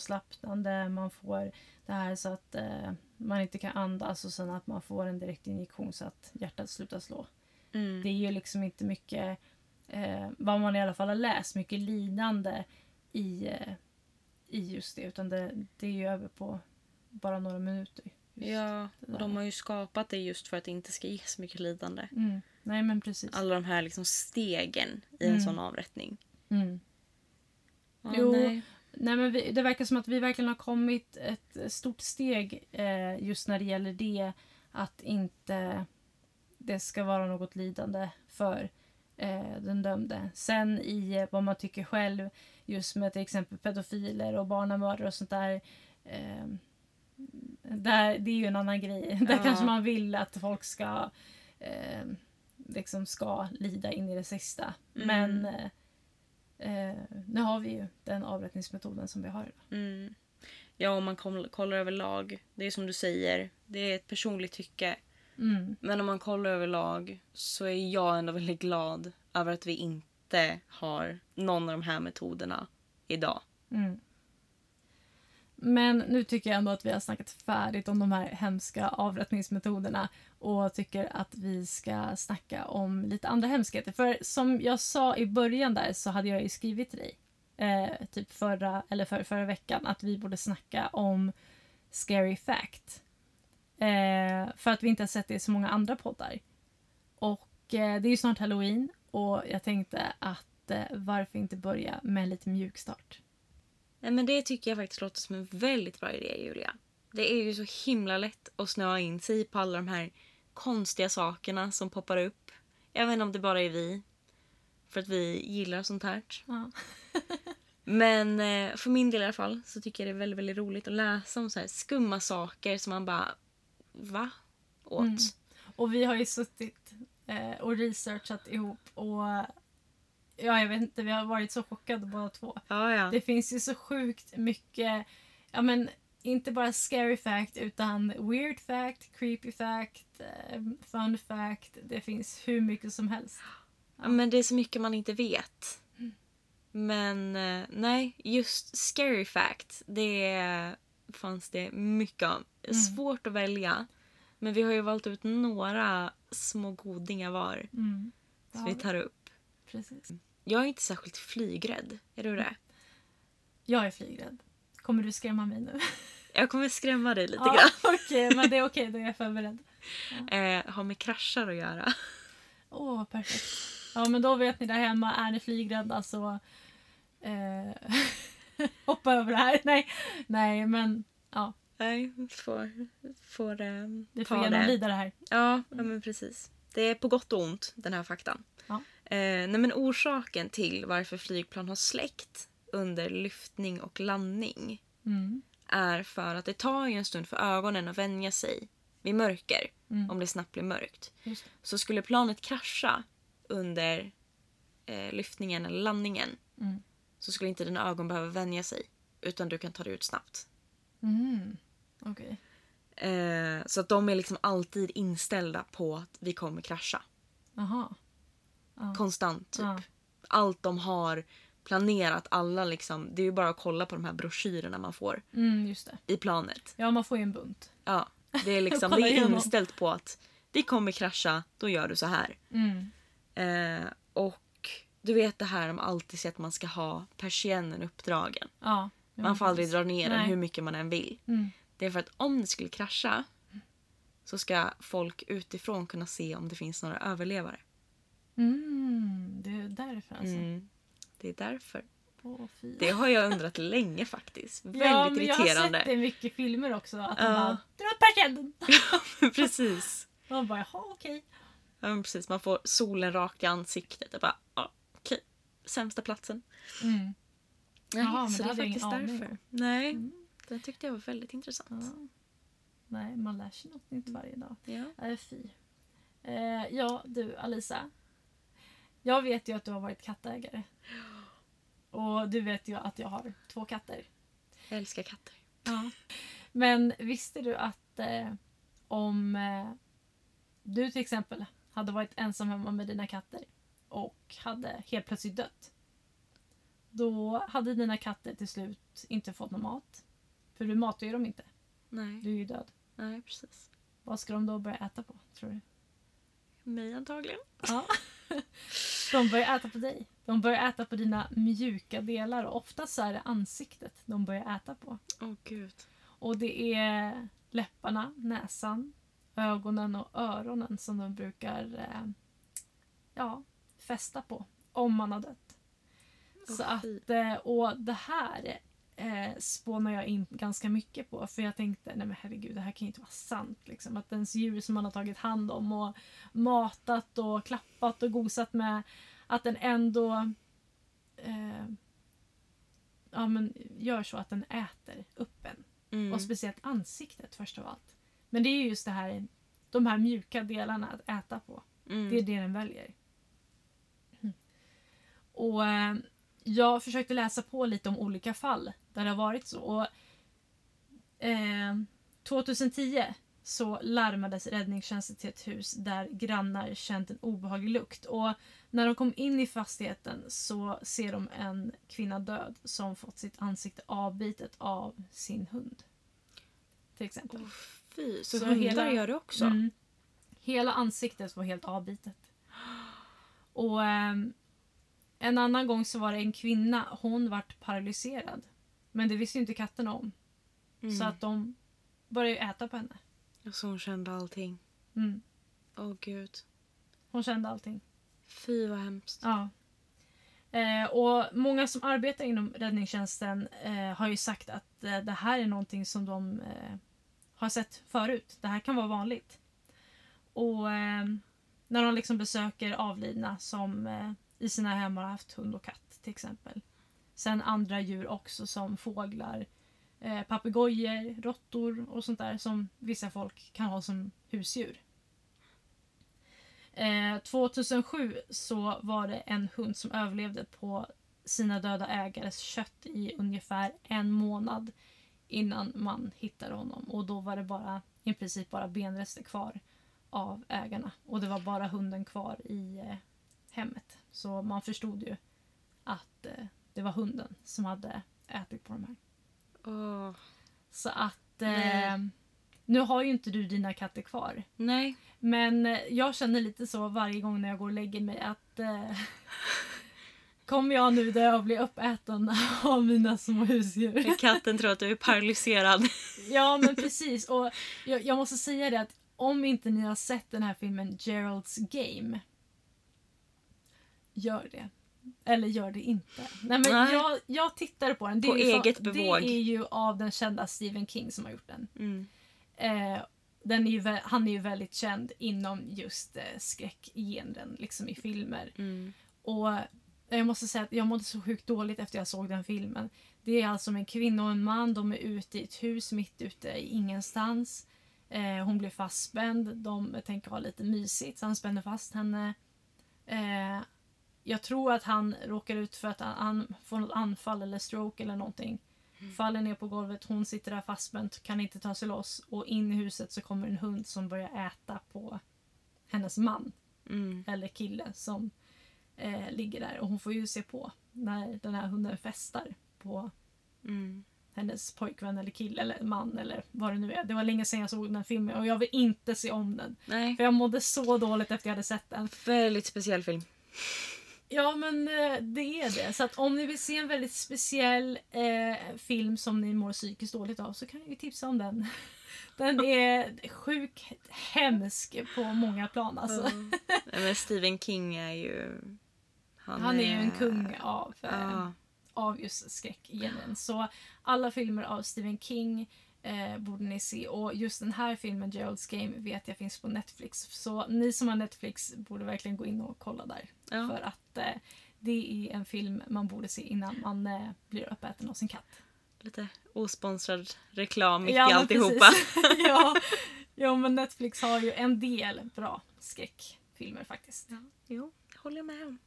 A: muskelavslappnande, man får det här så att eh, man inte kan andas och sen att man får en direkt injektion så att hjärtat slutar slå.
B: mm,
A: Det är ju liksom inte mycket, eh, vad man i alla fall har läst, mycket lidande i, eh, i just det. Utan det, det är ju över på bara några minuter. Just.
B: ja,
A: det
B: och
A: där.
B: de har ju skapat det just för att det inte ska ge så mycket lidande.
A: Mm. Nej men precis.
B: Alla de här liksom stegen i en
A: Mm.
B: sån avrättning.
A: Mm.
B: Ja,
A: Jo,
B: nej.
A: Nej, men vi, det verkar som att vi verkligen har kommit ett stort steg eh, just när det gäller det. Att inte det ska vara något lidande för eh, den dömde. Sen i eh, vad man tycker själv, just med till exempel pedofiler och barnamördare och sånt där. Eh, där det är ju en annan grej. Där
B: Ja.
A: kanske man vill att folk ska eh, liksom ska lida in i det sista.
B: Mm.
A: Men eh, Eh, nu har vi ju den avrättningsmetoden som vi har idag.
B: Mm. Ja, om man koll- kollar överlag. Det är som du säger, det är ett personligt tycke.
A: Mm.
B: Men om man kollar överlag så är jag ändå väldigt glad över att vi inte har någon av de här metoderna idag.
A: Mm. Men nu tycker jag ändå att vi har snackat färdigt om de här hemska avrättningsmetoderna och tycker att vi ska snacka om lite andra hemskheter. För som jag sa i början där så hade jag ju skrivit till dig eh, typ förra, eller för, förra veckan att vi borde snacka om Scary Fact. Eh, för att vi inte har sett det i så många andra poddar. Och eh, det är ju snart halloween och jag tänkte att eh, varför inte börja med en lite mjuk start?
B: Nej, men Det tycker jag faktiskt låter som en väldigt bra idé, Julia. Det är ju så himla lätt att snöa in sig på alla de här konstiga sakerna som poppar upp. Jag vet inte om det bara är vi, för att vi gillar sånt här.
A: Ja.
B: Men eh, för min del i alla fall så tycker jag det är väldigt, väldigt roligt att läsa om så här skumma saker som man bara va? Åt.
A: Mm. Och vi har ju suttit eh, och researchat ihop och ja, jag vet inte, vi har varit så chockade båda två.
B: Ja, ja.
A: Det finns ju så sjukt mycket, ja men inte bara scary fact utan weird fact, creepy fact, eh, fun fact. Det finns hur mycket som helst.
B: Ja, men det är så mycket man inte vet.
A: Mm.
B: Men eh, nej, just scary fact, det fanns det mycket om.
A: Mm.
B: Svårt att välja. Men vi har ju valt ut några små godingar var
A: Mm.
B: som vi tar upp.
A: Precis.
B: Jag är inte särskilt flygrädd. Är du
A: Mm.
B: det?
A: Jag är flygrädd. Kommer du skrämma mig nu?
B: Jag kommer skrämma dig lite
A: Ja, Okej, men det är okej, då är jag förberedd.
B: grann. Eh, har med kraschar att göra.
A: Åh, perfekt. Ja, men då vet ni där hemma, är ni flygrädda så eh, hoppa över det här. Nej, nej men ja,
B: Nej, får, får eh,
A: vi får
B: ta
A: genomlida
B: det.
A: det här.
B: Ja, ja, men precis. Det är på gott och ont, den här faktan.
A: Ja.
B: Eh, nej men orsaken till varför flygplan har släckt under lyftning och landning
A: Mm.
B: är för att det tar ju en stund för ögonen att vänja sig vid mörker
A: Mm.
B: om det snabbt blir mörkt.
A: Just det.
B: Så skulle planet krascha under eh, lyftningen eller landningen
A: Mm.
B: så skulle inte dina ögon behöva vänja sig utan du kan ta dig ut snabbt.
A: Mm. Okej.
B: Eh, så att de är liksom alltid inställda på att vi kommer krascha.
A: Aha.
B: Konstant typ.
A: Ja.
B: Allt de har planerat, alla liksom. Det är ju bara att kolla på de här broschyrerna man får
A: Mm, just det.
B: i planet.
A: Ja, man får ju en bunt.
B: Ja, det är liksom det
A: Kolla
B: är
A: igenom.
B: inställt på att vi kommer krascha, då gör du så här.
A: Mm.
B: Eh, och du vet det här om alltid säger att man ska ha persiennen uppdragen.
A: Ja. Jo,
B: Man får aldrig
A: precis.
B: dra ner den
A: Nej.
B: hur mycket man än vill.
A: Mm.
B: Det är för att om det skulle krascha så ska folk utifrån kunna se om det finns några överlevare.
A: Mm. Det är därför alltså.
B: Mm. Det är därför.
A: Åh, fy.
B: Det har jag undrat länge faktiskt.
A: ja,
B: Väldigt
A: men jag har sett
B: irriterande.
A: det i mycket filmer också. Att
B: Ja.
A: de bara “dra upp persiennen”.
B: precis.
A: Man bara “jaha, okej”.
B: Ja, men precis. Man får solen rakt i ansiktet. Jag bara, ja, okej. Sämsta platsen.
A: Mm.
B: Nej,
A: Jaha, men det
B: så det är
A: hade jag
B: faktiskt
A: ingen aning
B: därför.
A: om.
B: Nej,
A: Mm.
B: det tyckte jag var väldigt intressant.
A: Ja. Nej, man lär sig något nytt varje dag.
B: Ja.
A: Nej, fy. Eh, ja, du Alisa. Jag vet ju att du har varit kattägare. Och du vet ju att jag har två katter.
B: Jag älskar katter.
A: Men visste du att eh, om eh, du till exempel hade varit ensam hemma med dina katter och hade helt plötsligt dött. Då hade dina katter till slut inte fått någon mat. För du matar ju dem inte.
B: Nej,
A: Du är ju död.
B: nej precis.
A: Vad ska de då börja äta på, tror du?
B: Mig antagligen.
A: Ja. De börjar äta på dig. De börjar äta på dina mjuka delar och oftast så är det ansiktet de börjar äta på.
B: Åh gud.
A: Och det är läpparna, näsan, ögonen och öronen som de brukar eh, ja, fästa på om man har dött. Så
B: Åh, fy.
A: att, eh, och det här eh, spånar jag in ganska mycket på för jag tänkte nej men herregud det här kan ju inte vara sant. Liksom. Att ens djur som man har tagit hand om och matat och klappat och gosat med att den ändå eh, ja, men gör så att den äter upp en.
B: Mm.
A: Och speciellt ansiktet först av allt. Men det är just det här, de här mjuka delarna att äta på.
B: Mm.
A: Det är det den väljer. Och eh, jag försökte läsa på lite om olika fall där det har varit så. Och, eh, 2010 så larmades räddningstjänsten till ett hus där grannar känt en obehaglig lukt. Och när de kom in i fastigheten så ser de en kvinna död som fått sitt ansikte avbitet av sin hund. Till exempel.
B: Åh, fy. Så,
A: Så
B: hundar
A: hela-
B: gör det också?
A: Mm. Hela ansiktet var helt avbitet. Och ehm, en annan gång så var det en kvinna, hon vart paralyserad. Men det visste ju inte katterna om.
B: Mm.
A: Så att de började ju äta på henne.
B: Och så hon kände allting.
A: Mm.
B: Åh gud.
A: Hon kände allting.
B: Fy vad hemskt.
A: Ja. Eh, och många som arbetar inom räddningstjänsten eh, har ju sagt att eh, det här är någonting som de eh, har sett förut. Det här kan vara vanligt. Och eh, när de liksom besöker avlidna som eh, i sina hem har haft hund och katt till exempel. Sen andra djur också som fåglar, eh, papegojor, råttor och sånt där som vissa folk kan ha som husdjur. Eh, 2007 så var det en hund som överlevde på sina döda ägares kött i ungefär en månad innan man hittade honom. Och då var det bara i princip bara benrester kvar av ägarna. Och det var bara hunden kvar i eh, hemmet. Så man förstod ju att eh, det var hunden som hade ätit på de här.
B: Åh.
A: Så att eh,
B: Nej.
A: nu har ju inte du dina katter kvar.
B: Nej.
A: Men eh, jag känner lite så varje gång när jag går och lägger mig att eh, kommer jag nu dö och bli uppäten av mina små husdjur?
B: Katten tror att du är paralyserad.
A: ja men precis och jag, jag måste säga det att om inte ni har sett den här filmen Gerald's Game gör det. Eller gör det inte. Nej, men
B: Nej.
A: Jag, jag tittade på den. Det
B: På
A: är ju
B: eget
A: fa-
B: bevåg.
A: Det är ju av den kända Stephen King som har gjort den.
B: Mm.
A: Eh, den är ju, vä- han är ju väldigt känd inom just eh, skräckgenren liksom i filmer.
B: Mm.
A: Och jag måste säga att jag mådde så sjukt dåligt efter jag såg den filmen. Det är alltså en kvinna och en man, de är ute i ett hus mitt ute i ingenstans. Eh, hon blir fastspänd, de tänker ha lite mysigt så han spänner fast henne. Eh, jag tror att han råkar ut för att han, han får något anfall eller stroke eller någonting. Faller ner på golvet, hon sitter där fastspänd, kan inte ta sig loss. Och in i huset så kommer en hund som börjar äta på hennes man
B: Mm.
A: eller kille som eh, ligger där. Och hon får ju se på när den här hunden festar på
B: Mm.
A: hennes pojkvän eller kille eller man eller vad det nu är. Det var länge sedan jag såg den filmen och jag vill inte se om den.
B: Nej.
A: För jag mådde så dåligt efter jag hade sett den.
B: Väldigt speciell film.
A: Ja men eh, det är det. Så att om ni vill se en väldigt speciell eh, film som ni mår psykiskt dåligt av så kan jag ju tipsa om den. Den är sjukt hemsk på många plan alltså.
B: Nej, men Stephen King är ju...
A: Han är ju en kung av eh,
B: Ja.
A: av just skräckgenren. Så alla filmer av Stephen King eh, borde ni se. Och just den här filmen, Gerald's Game, vet jag finns på Netflix. Så ni som har Netflix borde verkligen gå in och kolla där.
B: Ja.
A: För att eh, det är en film man borde se innan man eh, blir uppäten av sin katt.
B: Lite osponsrad reklam mitt i
A: men
B: alltihopa.
A: precis. ja, ja, men Netflix har ju en del bra skräckfilmer faktiskt.
B: Jo, det håller jag med om.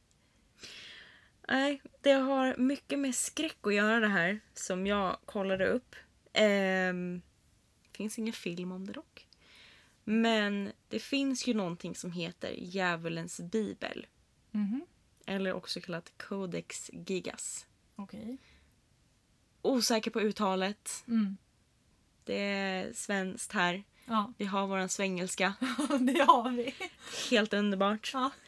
B: Nej, det har mycket med skräck att göra det här som jag kollade upp. Ehm, finns ingen film om det dock. Men det finns ju någonting som heter Djävulens bibel.
A: Mhm.
B: Eller också kallat Codex Gigas.
A: Okej.
B: Osäker på uttalet.
A: Mm.
B: Det är svenskt här.
A: Ja,
B: Vi har våran svengelska.
A: det har vi.
B: Helt underbart.
A: Ja.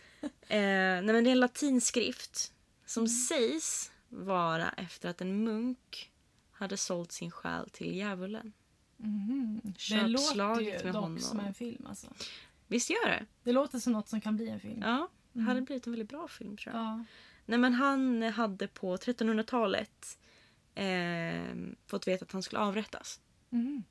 B: Eh, nej men det är en latinskrift som
A: Mm.
B: sägs vara efter att en munk hade sålt sin själ till djävulen.
A: Mhm. Det låter
B: Köpslaget
A: ju
B: med
A: dock
B: honom.
A: som en film alltså.
B: Visst gör det?
A: Det låter som något som kan bli en film.
B: Ja, det hade blivit en väldigt bra film tror jag.
A: Mm. Ja.
B: Nej men han hade på 1300-talet eh, fått veta att han skulle avrättas.
A: Mhm.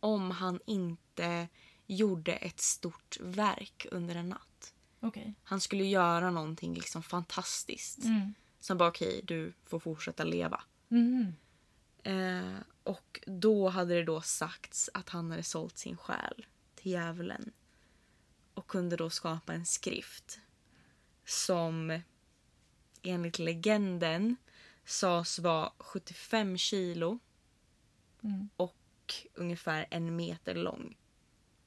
B: Om han inte gjorde ett stort verk under en natt.
A: Okej.
B: Han skulle göra någonting liksom fantastiskt.
A: Mm.
B: Som bara okej, du får fortsätta leva.
A: Mhm.
B: Eh, och då hade det då sagts att han hade sålt sin själ till djävulen. Och kunde då skapa en skrift. Som enligt legenden sades vara 75 kilo
A: Mm.
B: och ungefär en meter lång.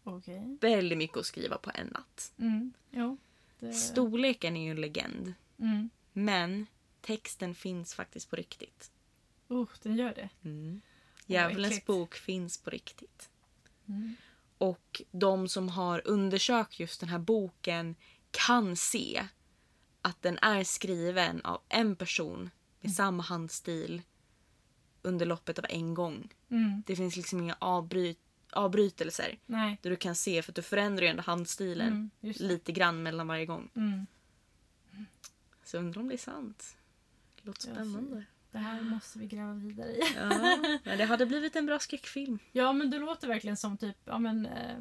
A: Okej.
B: Väldigt mycket att skriva på en natt.
A: Mm. Jo. Det...
B: Storleken är ju en legend.
A: Mm.
B: Men texten finns faktiskt på riktigt.
A: Oh, den gör det.
B: Djävulens
A: äckligt.
B: bok finns på riktigt.
A: Mm.
B: Och de som har undersökt just den här boken kan se att den är skriven av en person
A: Mm.
B: med samma handstil under loppet av en gång.
A: Mm.
B: Det finns liksom inga avbry- avbrytelser.
A: Nej.
B: Där du kan se för att du förändrar ju ändå handstilen
A: Mm, just det.
B: lite grann mellan varje gång.
A: Mm.
B: Så jag undrar om det är sant. Det låter
A: Ja,
B: spännande.
A: Det här måste vi gräva vidare i.
B: Ja, men det hade blivit en bra skräckfilm.
A: Ja, men det låter verkligen som typ, ja men, eh,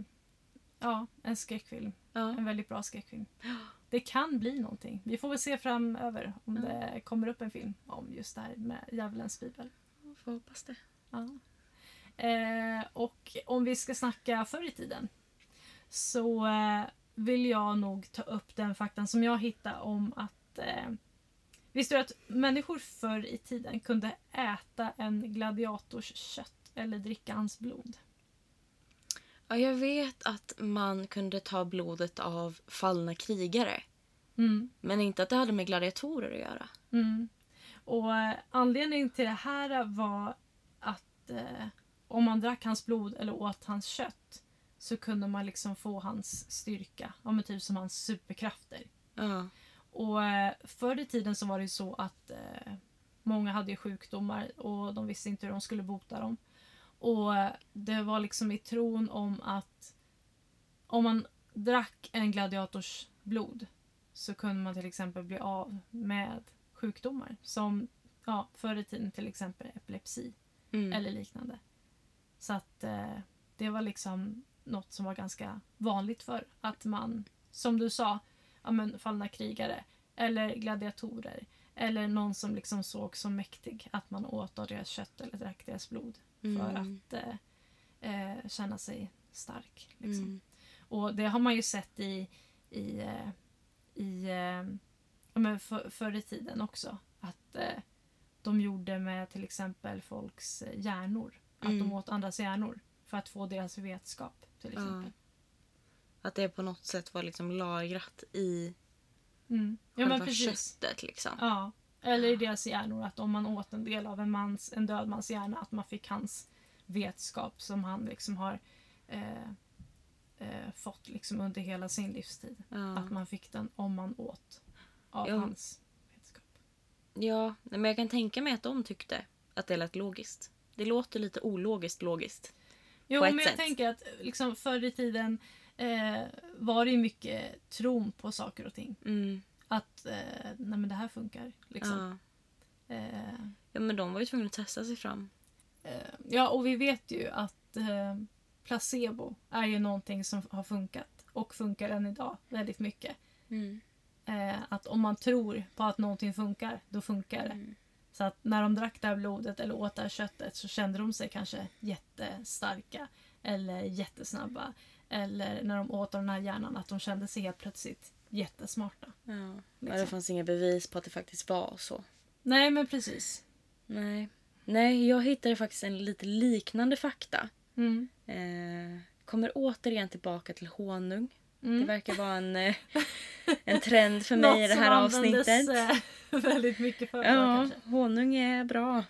A: ja, en skräckfilm.
B: Ja.
A: En väldigt bra skräckfilm. Det kan bli någonting. Vi får väl se framöver om det kommer upp en film om just det här med djävulens bibel.
B: Får hoppas det.
A: Ja. Eh, och om vi ska snacka förr i tiden så eh, vill jag nog ta upp den faktan som jag hittade om att eh, Visste du att människor förr i tiden kunde äta en gladiators kött eller dricka hans blod?
B: Ja, jag vet att man kunde ta blodet av fallna krigare.
A: Mm.
B: Men inte att det hade med gladiatorer att göra.
A: Mm. Och eh, anledningen till det här var att eh, om man drack hans blod eller åt hans kött så kunde man liksom få hans styrka, ja, men typ som hans superkrafter.
B: Ja.
A: Och eh, förr i tiden så var det ju så att eh, många hade ju sjukdomar och de visste inte hur de skulle bota dem. Och eh, det var liksom i tron om att om man drack en gladiators blod så kunde man till exempel bli av med sjukdomar som ja, förr i tiden till exempel epilepsi
B: Mm.
A: eller liknande. Så att eh, det var liksom något som var ganska vanligt för Att man, som du sa, ja, men fallna krigare eller gladiatorer eller någon som liksom såg som mäktig. Att man åt av deras kött eller drack deras blod för
B: Mm.
A: att eh, eh, känna sig stark. Liksom.
B: Mm.
A: Och det har man ju sett i, i, eh, i eh, ja, men för, förr i tiden också. Att eh, de gjorde med till exempel folks eh, hjärnor. Att
B: Mm.
A: de åt andras hjärnor för att få deras vetskap till
B: Ja.
A: exempel.
B: Att det på något sätt var liksom lagrat i
A: Ja, mm. ja
B: själva
A: men precis.
B: köttet. Liksom.
A: Ja. Eller i deras hjärnor att om man åt en del av en, mans, en död mans hjärna att man fick hans vetskap som han liksom har eh, eh, fått liksom under hela sin livstid.
B: Ja.
A: Att man fick den om man åt av
B: Jo.
A: hans vetskap.
B: Ja, men jag kan tänka mig att de tyckte att det lät logiskt. Det låter lite ologiskt logiskt.
A: Jo,
B: På ett
A: men jag
B: sätt.
A: tänker att liksom, förr i tiden eh, var det ju mycket tron på saker och ting.
B: Mm,
A: Att eh, nej, men det här funkar. Liksom.
B: ja.
A: Ja. Eh,
B: ja, men de var ju tvungna att testa sig fram.
A: eh, ja, och vi vet ju att eh, placebo är ju någonting som har funkat och funkar än idag väldigt mycket.
B: Mm.
A: Eh, att om man tror på att någonting funkar, då funkar det.
B: Mm.
A: Så att när de drack det här blodet eller åt det här köttet så kände de sig kanske jättestarka eller jättesnabba. Eller när de åt av den här hjärnan att de kände sig helt plötsligt jättesmarta.
B: Ja. Men det
A: Liksom.
B: fanns inga bevis på att det faktiskt var så.
A: Nej men precis.
B: Nej, Nej jag hittade faktiskt en lite liknande fakta.
A: Mm.
B: Eh, kommer återigen tillbaka till honung.
A: Mm.
B: Det verkar vara en, eh, en trend för
A: Något
B: mig i det här
A: som användes,
B: avsnittet.
A: eh, väldigt mycket förr då,
B: Ja,
A: kanske.
B: honung är bra.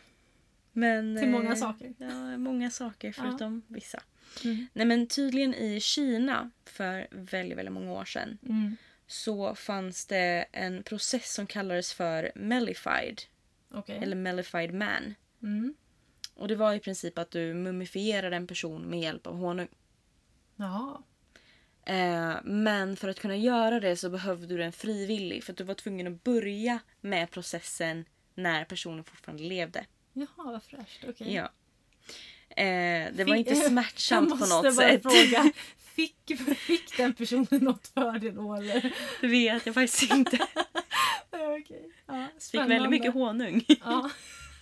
B: Men,
A: Till många
B: eh,
A: saker.
B: Ja, många saker förutom vissa.
A: Mm.
B: Nej men tydligen i Kina för väldigt, väldigt många år sedan
A: Mm.
B: så fanns det en process som kallades för mellified
A: Okej.
B: eller mellified man.
A: Mm.
B: Och det var i princip att du mumifierade en person med hjälp av honung.
A: Jaha.
B: Eh, men för att kunna göra det så behövde du en frivillig för att du var tvungen att börja med processen när personen fortfarande levde.
A: Jaha, vad fräscht. Okej.
B: Ja. Eh, det var
A: Fi-
B: inte smärtsamt på
A: Jag
B: något
A: måste
B: sätt.
A: bara fråga, fick, fick den personen något för det då eller?
B: Det vet jag faktiskt inte.
A: Ja, Okej. Ja,
B: Fick
A: spännande.
B: väldigt mycket honung.
A: Ja.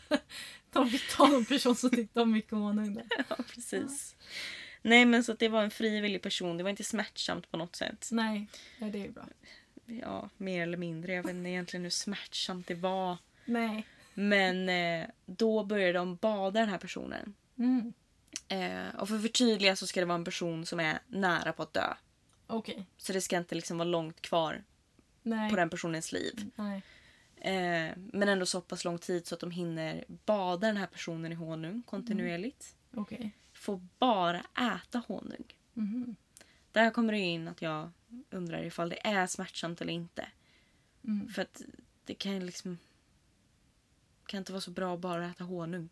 A: De fick ta någon person som tyckte om mycket honung där.
B: Ja, precis. Nej men så att det var en frivillig person, det var inte smärtsamt på något sätt.
A: Nej, nej, det är ju bra.
B: Ja, mer eller mindre. Jag vet inte egentligen hur smärtsamt det var.
A: Nej.
B: Men eh, då började de bada den här personen.
A: Mm.
B: Eh, och för att förtydliga så ska det vara en person som är nära på att dö.
A: Okej.
B: Så det ska inte liksom vara långt kvar
A: Nej.
B: på den personens liv.
A: Nej.
B: Eh, men ändå så pass lång tid så att de hinner bada den här personen i honung kontinuerligt.
A: Okej.
B: Får bara äta honung.
A: Mhm.
B: Där kommer det in att jag undrar ifall det är smärtsamt eller inte.
A: Mm.
B: För att det kan ju liksom... kan inte vara så bra att bara äta honung.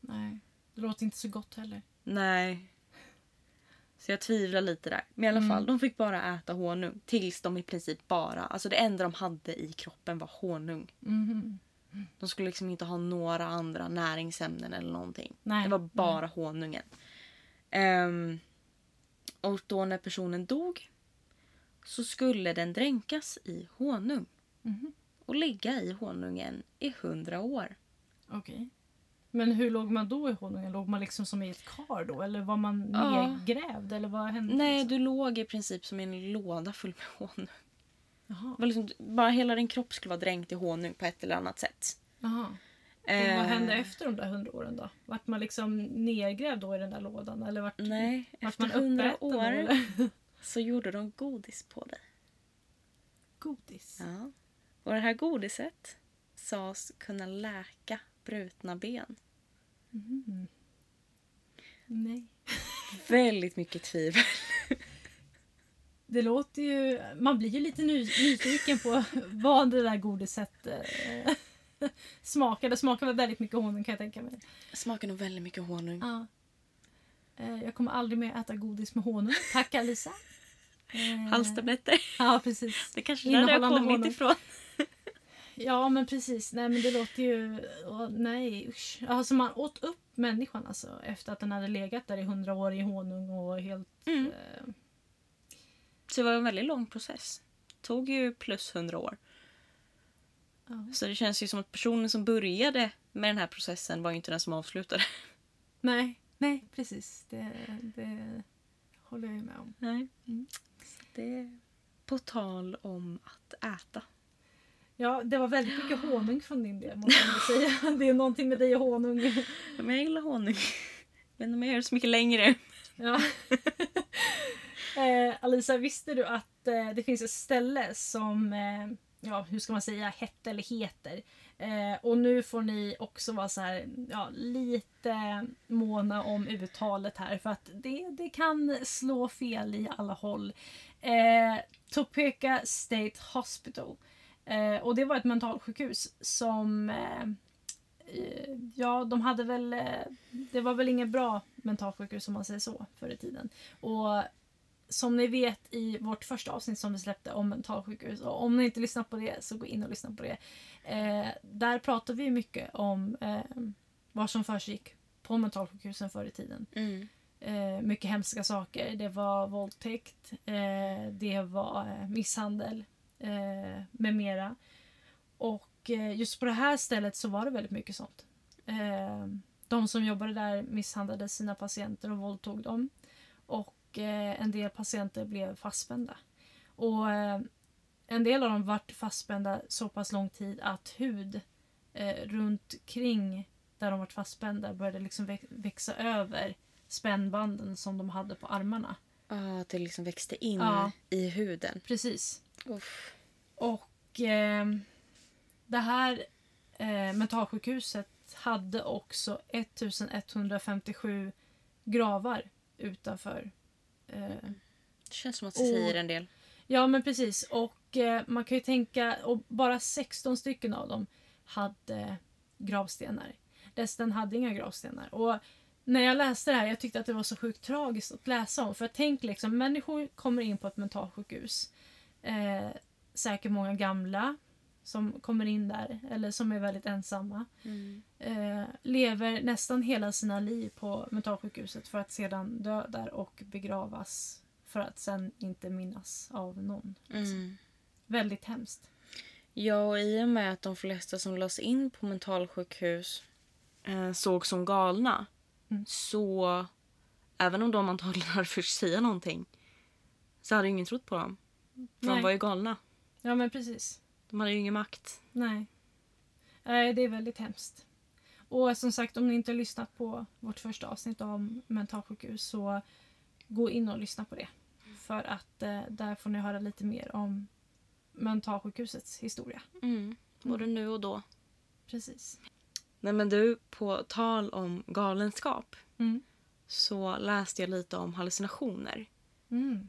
A: Nej. Det låter inte så gott heller.
B: Nej. Så jag tvivlar lite där. Men i alla
A: Mm.
B: fall, de fick bara äta honung. Tills de i princip bara... Alltså det enda de hade i kroppen var honung.
A: Mhm.
B: De skulle liksom inte ha några andra näringsämnen eller någonting.
A: Nej. Mm.
B: Det var bara honungen. Ehm, och då när personen dog så skulle den dränkas i honung
A: Mhm.
B: och ligga i honungen i hundra år.
A: Okej. Men hur låg man då i honungen? Låg man liksom som i ett kar då? Eller var man
B: Ja.
A: nedgrävd? Eller vad hände?
B: Nej,
A: liksom?
B: du låg i princip som i en låda full med honung.
A: Jaha.
B: Det var liksom, bara hela din kropp skulle vara dränkt i honung på ett eller annat sätt.
A: Jaha. Och
B: Ehm,
A: vad hände efter de där hundra åren då? Vart man liksom nedgrävd då i den där lådan? Eller vart,
B: Nej,
A: typ? vart
B: efter
A: man
B: hundra
A: uppäten då,
B: år
A: eller?
B: så gjorde de godis på dig.
A: Godis.
B: Ja. Och det här godiset sades kunna läka brutna ben.
A: Nej.
B: Väldigt mycket tvivel.
A: Det låter ju... Man blir ju lite ny, nyfiken på vad det där godiset eh, smakar. Det smakar väl väldigt mycket honung kan jag tänka mig.
B: Smakar nog väldigt mycket honung.
A: Ja. Eh, jag kommer aldrig mer äta godis med honung. Tack Alisa. Eh,
B: Halstabletter.
A: Ja, precis.
B: Det kanske är där det har
A: Innehållande
B: kommit
A: honung.
B: ifrån.
A: Ja, men precis. Nej, men det låter ju... åh, nej, usch. Alltså man åt upp människan alltså efter att den hade legat där i hundra år i honung och helt...
B: Mm.
A: Eh,
B: Så det var en väldigt lång process. tog ju plus 100 år.
A: Ja.
B: Så det känns ju som att personen som började med den här processen var ju inte den som avslutade.
A: Nej, nej, precis. Det, det håller jag ju med om.
B: Nej. Det... På tal om att äta.
A: Ja, det var väldigt mycket honung från din del måste jag ändå säga. Det är någonting med dig och honung.
B: Men jag gillar honung. Men om jag gör det så mycket längre.
A: Ja. eh, Alisa, visste du att eh, det finns ett ställe som, eh, ja hur ska man säga, hette eller heter. Eh, och nu får ni också vara så här, ja, lite måna om uttalet här för att det, det kan slå fel i alla håll. Eh, Topeka State Hospital. Eh, och det var ett mentalsjukhus som eh, Eh, ja, de hade väl... eh, Det var väl inget bra mentalsjukhus om man säger så förr i tiden. Och som ni vet i vårt första avsnitt som vi släppte om mentalsjukhus och om ni inte lyssnar på det så gå in och lyssna på det. Eh, där pratar vi mycket om eh, vad som försiggick på mentalsjukhusen förr i tiden.
B: Mm.
A: Eh, mycket hemska saker. Det var våldtäkt, eh, det var eh, misshandel eh, med mera. Och eh, just på det här stället så var det väldigt mycket sånt. Eh, de som jobbade där misshandlade sina patienter och våldtog dem. Och eh, en del patienter blev fastspända. Och eh, en del av dem vart fastspända så pass lång tid att hud eh, runt kring där de vart fastspända började liksom vä- växa över spännbanden som de hade på armarna.
B: Ja, att det liksom växte in
A: Ja.
B: i huden.
A: Precis.
B: Uff.
A: Och eh, det här eh, mentalsjukhuset hade också 1157 gravar utanför. Eh,
B: Det känns som att det säger en del.
A: ja men precis och eh, man kan ju tänka och bara 16 stycken av dem hade gravstenar. Resten hade inga gravstenar. Och när jag läste det här jag tyckte att det var så sjukt tragiskt att läsa om. För tänk liksom, människor kommer in på ett mentalsjukhus. Eh, säkert många gamla som kommer in där, eller som är väldigt ensamma. Eh, lever nästan hela sina liv på mentalsjukhuset för att sedan dö där och begravas för att sen inte minnas av någon. liksom. Väldigt hemskt.
B: Ja, och i och med att de flesta som lades in på mentalsjukhus eh, såg som galna
A: Mm.
B: så även om de antagligen hade försökt säga någonting så hade ju ingen trott på dem. För
A: Nej.
B: de var ju galna.
A: Ja men precis.
B: De hade ju ingen makt.
A: Nej. Nej, det är väldigt hemskt. Och som sagt, om ni inte har lyssnat på vårt första avsnitt om mentalsjukhus så gå in och lyssna på det. För att eh, där får ni höra lite mer om mentalsjukhusets historia. Mm.
B: Både nu och då.
A: Precis.
B: Nej men du, på tal om galenskap
A: Mm.
B: så läste jag lite om hallucinationer.
A: Mm.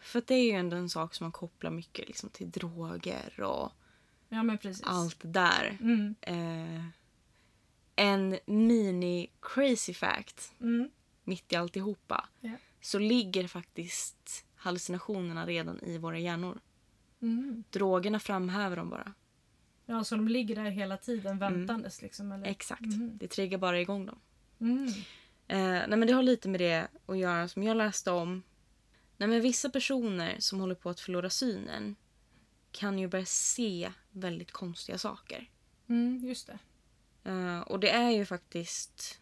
B: För att det är ju ändå en sak som man kopplar mycket liksom, till droger och
A: Ja, men precis.
B: allt det där.
A: Mm.
B: Eh, en mini crazy fact
A: Mm.
B: mitt i alltihopa
A: Ja.
B: så ligger faktiskt hallucinationerna redan i våra hjärnor.
A: Mm.
B: Drogerna framhäver dem bara.
A: Ja, så de ligger där hela
B: Mm.
A: tiden väntandes liksom? Eller?
B: Exakt.
A: Mm.
B: Det triggar bara igång dem.
A: Mm.
B: Eh, nej men det har lite med det att göra som jag läste om. Nej men vissa personer som håller på att förlora synen kan ju börja se väldigt konstiga saker.
A: Mm, just det.
B: Eh, och det är ju faktiskt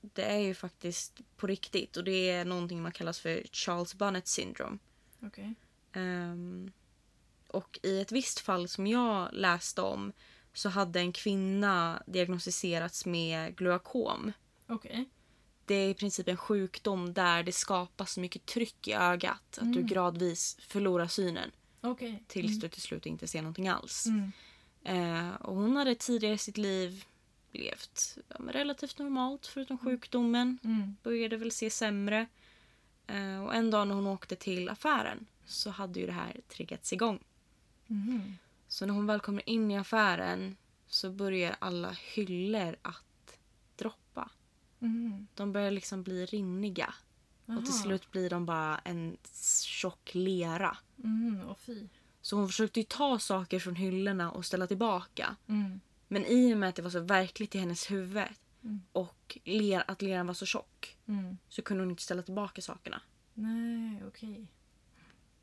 B: det är ju faktiskt på riktigt och det är någonting man kallas för Charles Bonnet syndrome.
A: Okej.
B: Ehm, och i ett visst fall som jag läste om så hade en kvinna diagnostiserats med glaukom.
A: Okej.
B: Det är i princip en sjukdom där det skapas så mycket tryck i ögat att du gradvis förlorar synen
A: Okej.
B: tills du till slut inte ser någonting alls.
A: Mm.
B: Eh, och hon hade tidigare i sitt liv levt ja, men relativt normalt förutom sjukdomen.
A: Mm.
B: Började väl se sämre. Eh, och en dag när hon åkte till affären så hade ju det här triggats igång.
A: Mm.
B: Så när hon väl kommer in i affären så börjar alla hyllor att droppa.
A: Mm.
B: De börjar liksom bli rinniga. Och till
A: Aha.
B: slut blir de bara en tjock lera.
A: Mm. Och fy.
B: Så hon försökte ju ta saker från hyllorna och ställa tillbaka.
A: Mm.
B: Men i och med att det var så verkligt i hennes huvud och ler, att leran var så tjock
A: Mm.
B: så kunde hon inte ställa tillbaka sakerna.
A: Nej, okej.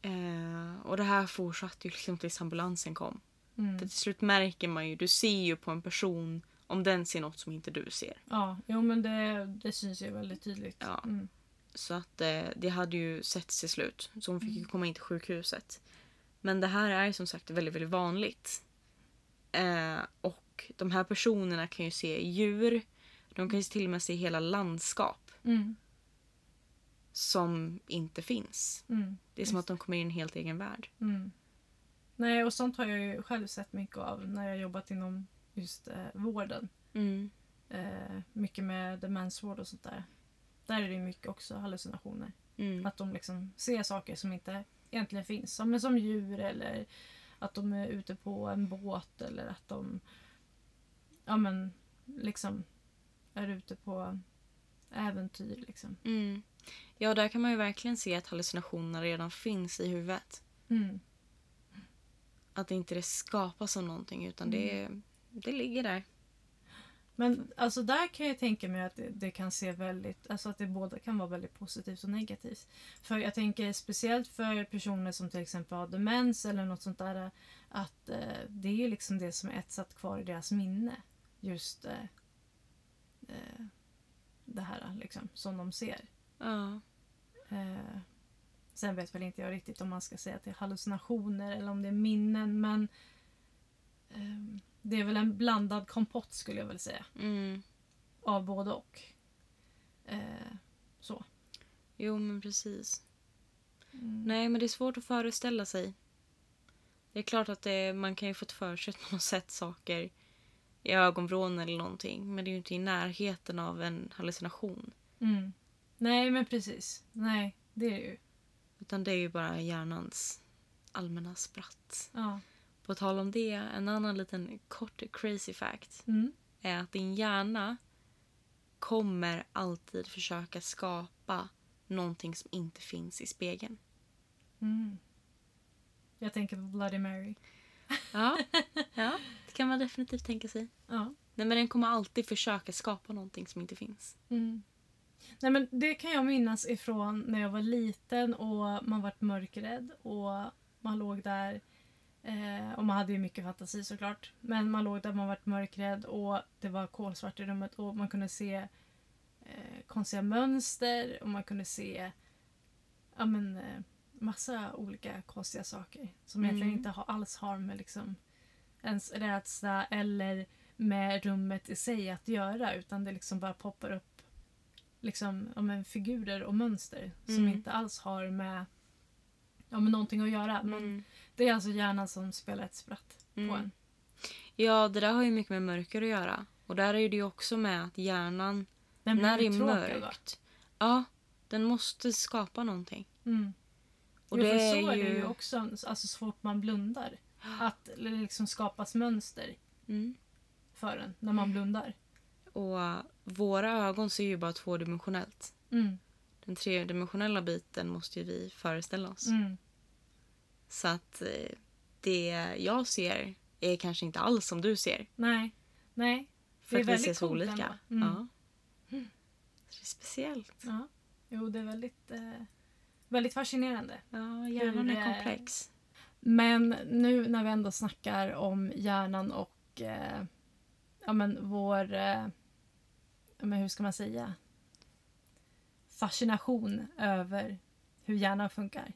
B: Eh, och det här fortsatte ju liksom tills ambulansen kom.
A: Mm.
B: För till slut märker man ju, du ser ju på en person om den ser något som inte du ser.
A: Ja, jo men det, det syns ju väldigt tydligt.
B: Ja.
A: Mm.
B: Så att eh, det hade ju setts till slut. Så hon
A: Mm.
B: fick ju komma in till sjukhuset. Men det här är ju som sagt väldigt, väldigt vanligt. Eh, och de här personerna kan ju se djur. De kan ju till och med se hela landskap
A: Mm.
B: som inte finns.
A: Mm.
B: Det är som att de kommer in i en helt egen värld.
A: Mm. Nej, och sånt har jag ju själv sett mycket av när jag jobbat inom just eh, vården. Eh, mycket med demensvård och sånt där. Där är det ju mycket också hallucinationer.
B: Mm.
A: Att de liksom ser saker som inte egentligen finns. Som, som djur eller att de är ute på en båt eller att de ja, men, liksom är ute på äventyr. Liksom.
B: Mm. Ja, där kan man ju verkligen se att hallucinationerna redan finns i huvudet.
A: Mm.
B: Att det inte det skapas av någonting utan det, det ligger där.
A: Men alltså där kan jag tänka mig att det, det kan se väldigt, alltså att det båda kan vara väldigt positivt och negativt. För jag tänker speciellt för personer som till exempel har demens eller något sånt där att eh, det är ju liksom det som är etsat kvar i deras minne. Just eh, eh, det här liksom som de ser.
B: Ja.
A: Eh, sen vet väl inte jag riktigt om man ska säga att det är hallucinationer eller om det är minnen men ehm, det är väl en blandad kompott skulle jag väl säga
B: Mm.
A: av både och. Eh, så.
B: Jo, men precis. Nej, men det är svårt att föreställa sig. Det är klart att det, man kan ju fått för sig att man har sett saker i ögonvrån eller någonting. Men det är ju inte i närheten av en hallucination.
A: Mm. Nej, men precis. Nej, det är ju.
B: Utan det är ju bara hjärnans allmänna spratt.
A: Ja.
B: På tal om det, en annan liten kort crazy fact
A: Mm.
B: är att din hjärna kommer alltid försöka skapa någonting som inte finns i spegeln.
A: Mm. Jag tänker på Bloody Mary.
B: Ja, ja det kan man definitivt tänka sig.
A: Ja.
B: Nej, men den kommer alltid försöka skapa någonting som inte finns.
A: Mm. Nej, men det kan jag minnas ifrån när jag var liten och man vart mörkrädd och man låg där eh, och man hade ju mycket fantasi såklart. Men man låg där man vart mörkrädd och det var kolsvart i rummet och man kunde se eh, konstiga mönster och man kunde se ja, men, eh, massa olika konstiga saker som egentligen
B: Mm.
A: inte har, alls har med liksom, ens rädsla eller med rummet i sig att göra utan det liksom bara poppar upp liksom, ja, men, figurer och mönster som
B: Mm.
A: inte alls har med, ja, med någonting att göra. Men det är alltså hjärnan som spelar ett spratt
B: Mm.
A: på en.
B: Ja, det där har ju mycket med mörker att göra. Och där är det ju också med att hjärnan,
A: Den blir
B: när det är
A: uttråkad, va?
B: mörkt, ja, den måste skapa någonting.
A: Mm.
B: Och
A: jo,
B: det
A: för
B: är
A: så är det
B: ju-
A: ju också alltså, så fort man blundar. Att det liksom skapas mönster
B: Mm.
A: för en när man blundar.
B: Och eh, våra ögon ser ju bara tvådimensionellt.
A: Mm.
B: Den tredimensionella biten måste ju vi föreställa oss.
A: Mm.
B: Så att eh, det jag ser är kanske inte alls som du ser.
A: Nej. Nej.
B: För
A: Det är
B: att vi
A: väldigt
B: ser så
A: coolt
B: olika.
A: ändå. Mm.
B: Ja. Så det är speciellt.
A: Ja. Jo, det är väldigt, eh, väldigt fascinerande.
B: Ja, hjärnan
A: Hur,
B: är
A: eh,
B: komplex.
A: Men nu när vi ändå snackar om hjärnan och eh, ja, men vår... Eh, ja, men hur ska man säga? Fascination över hur hjärnan funkar.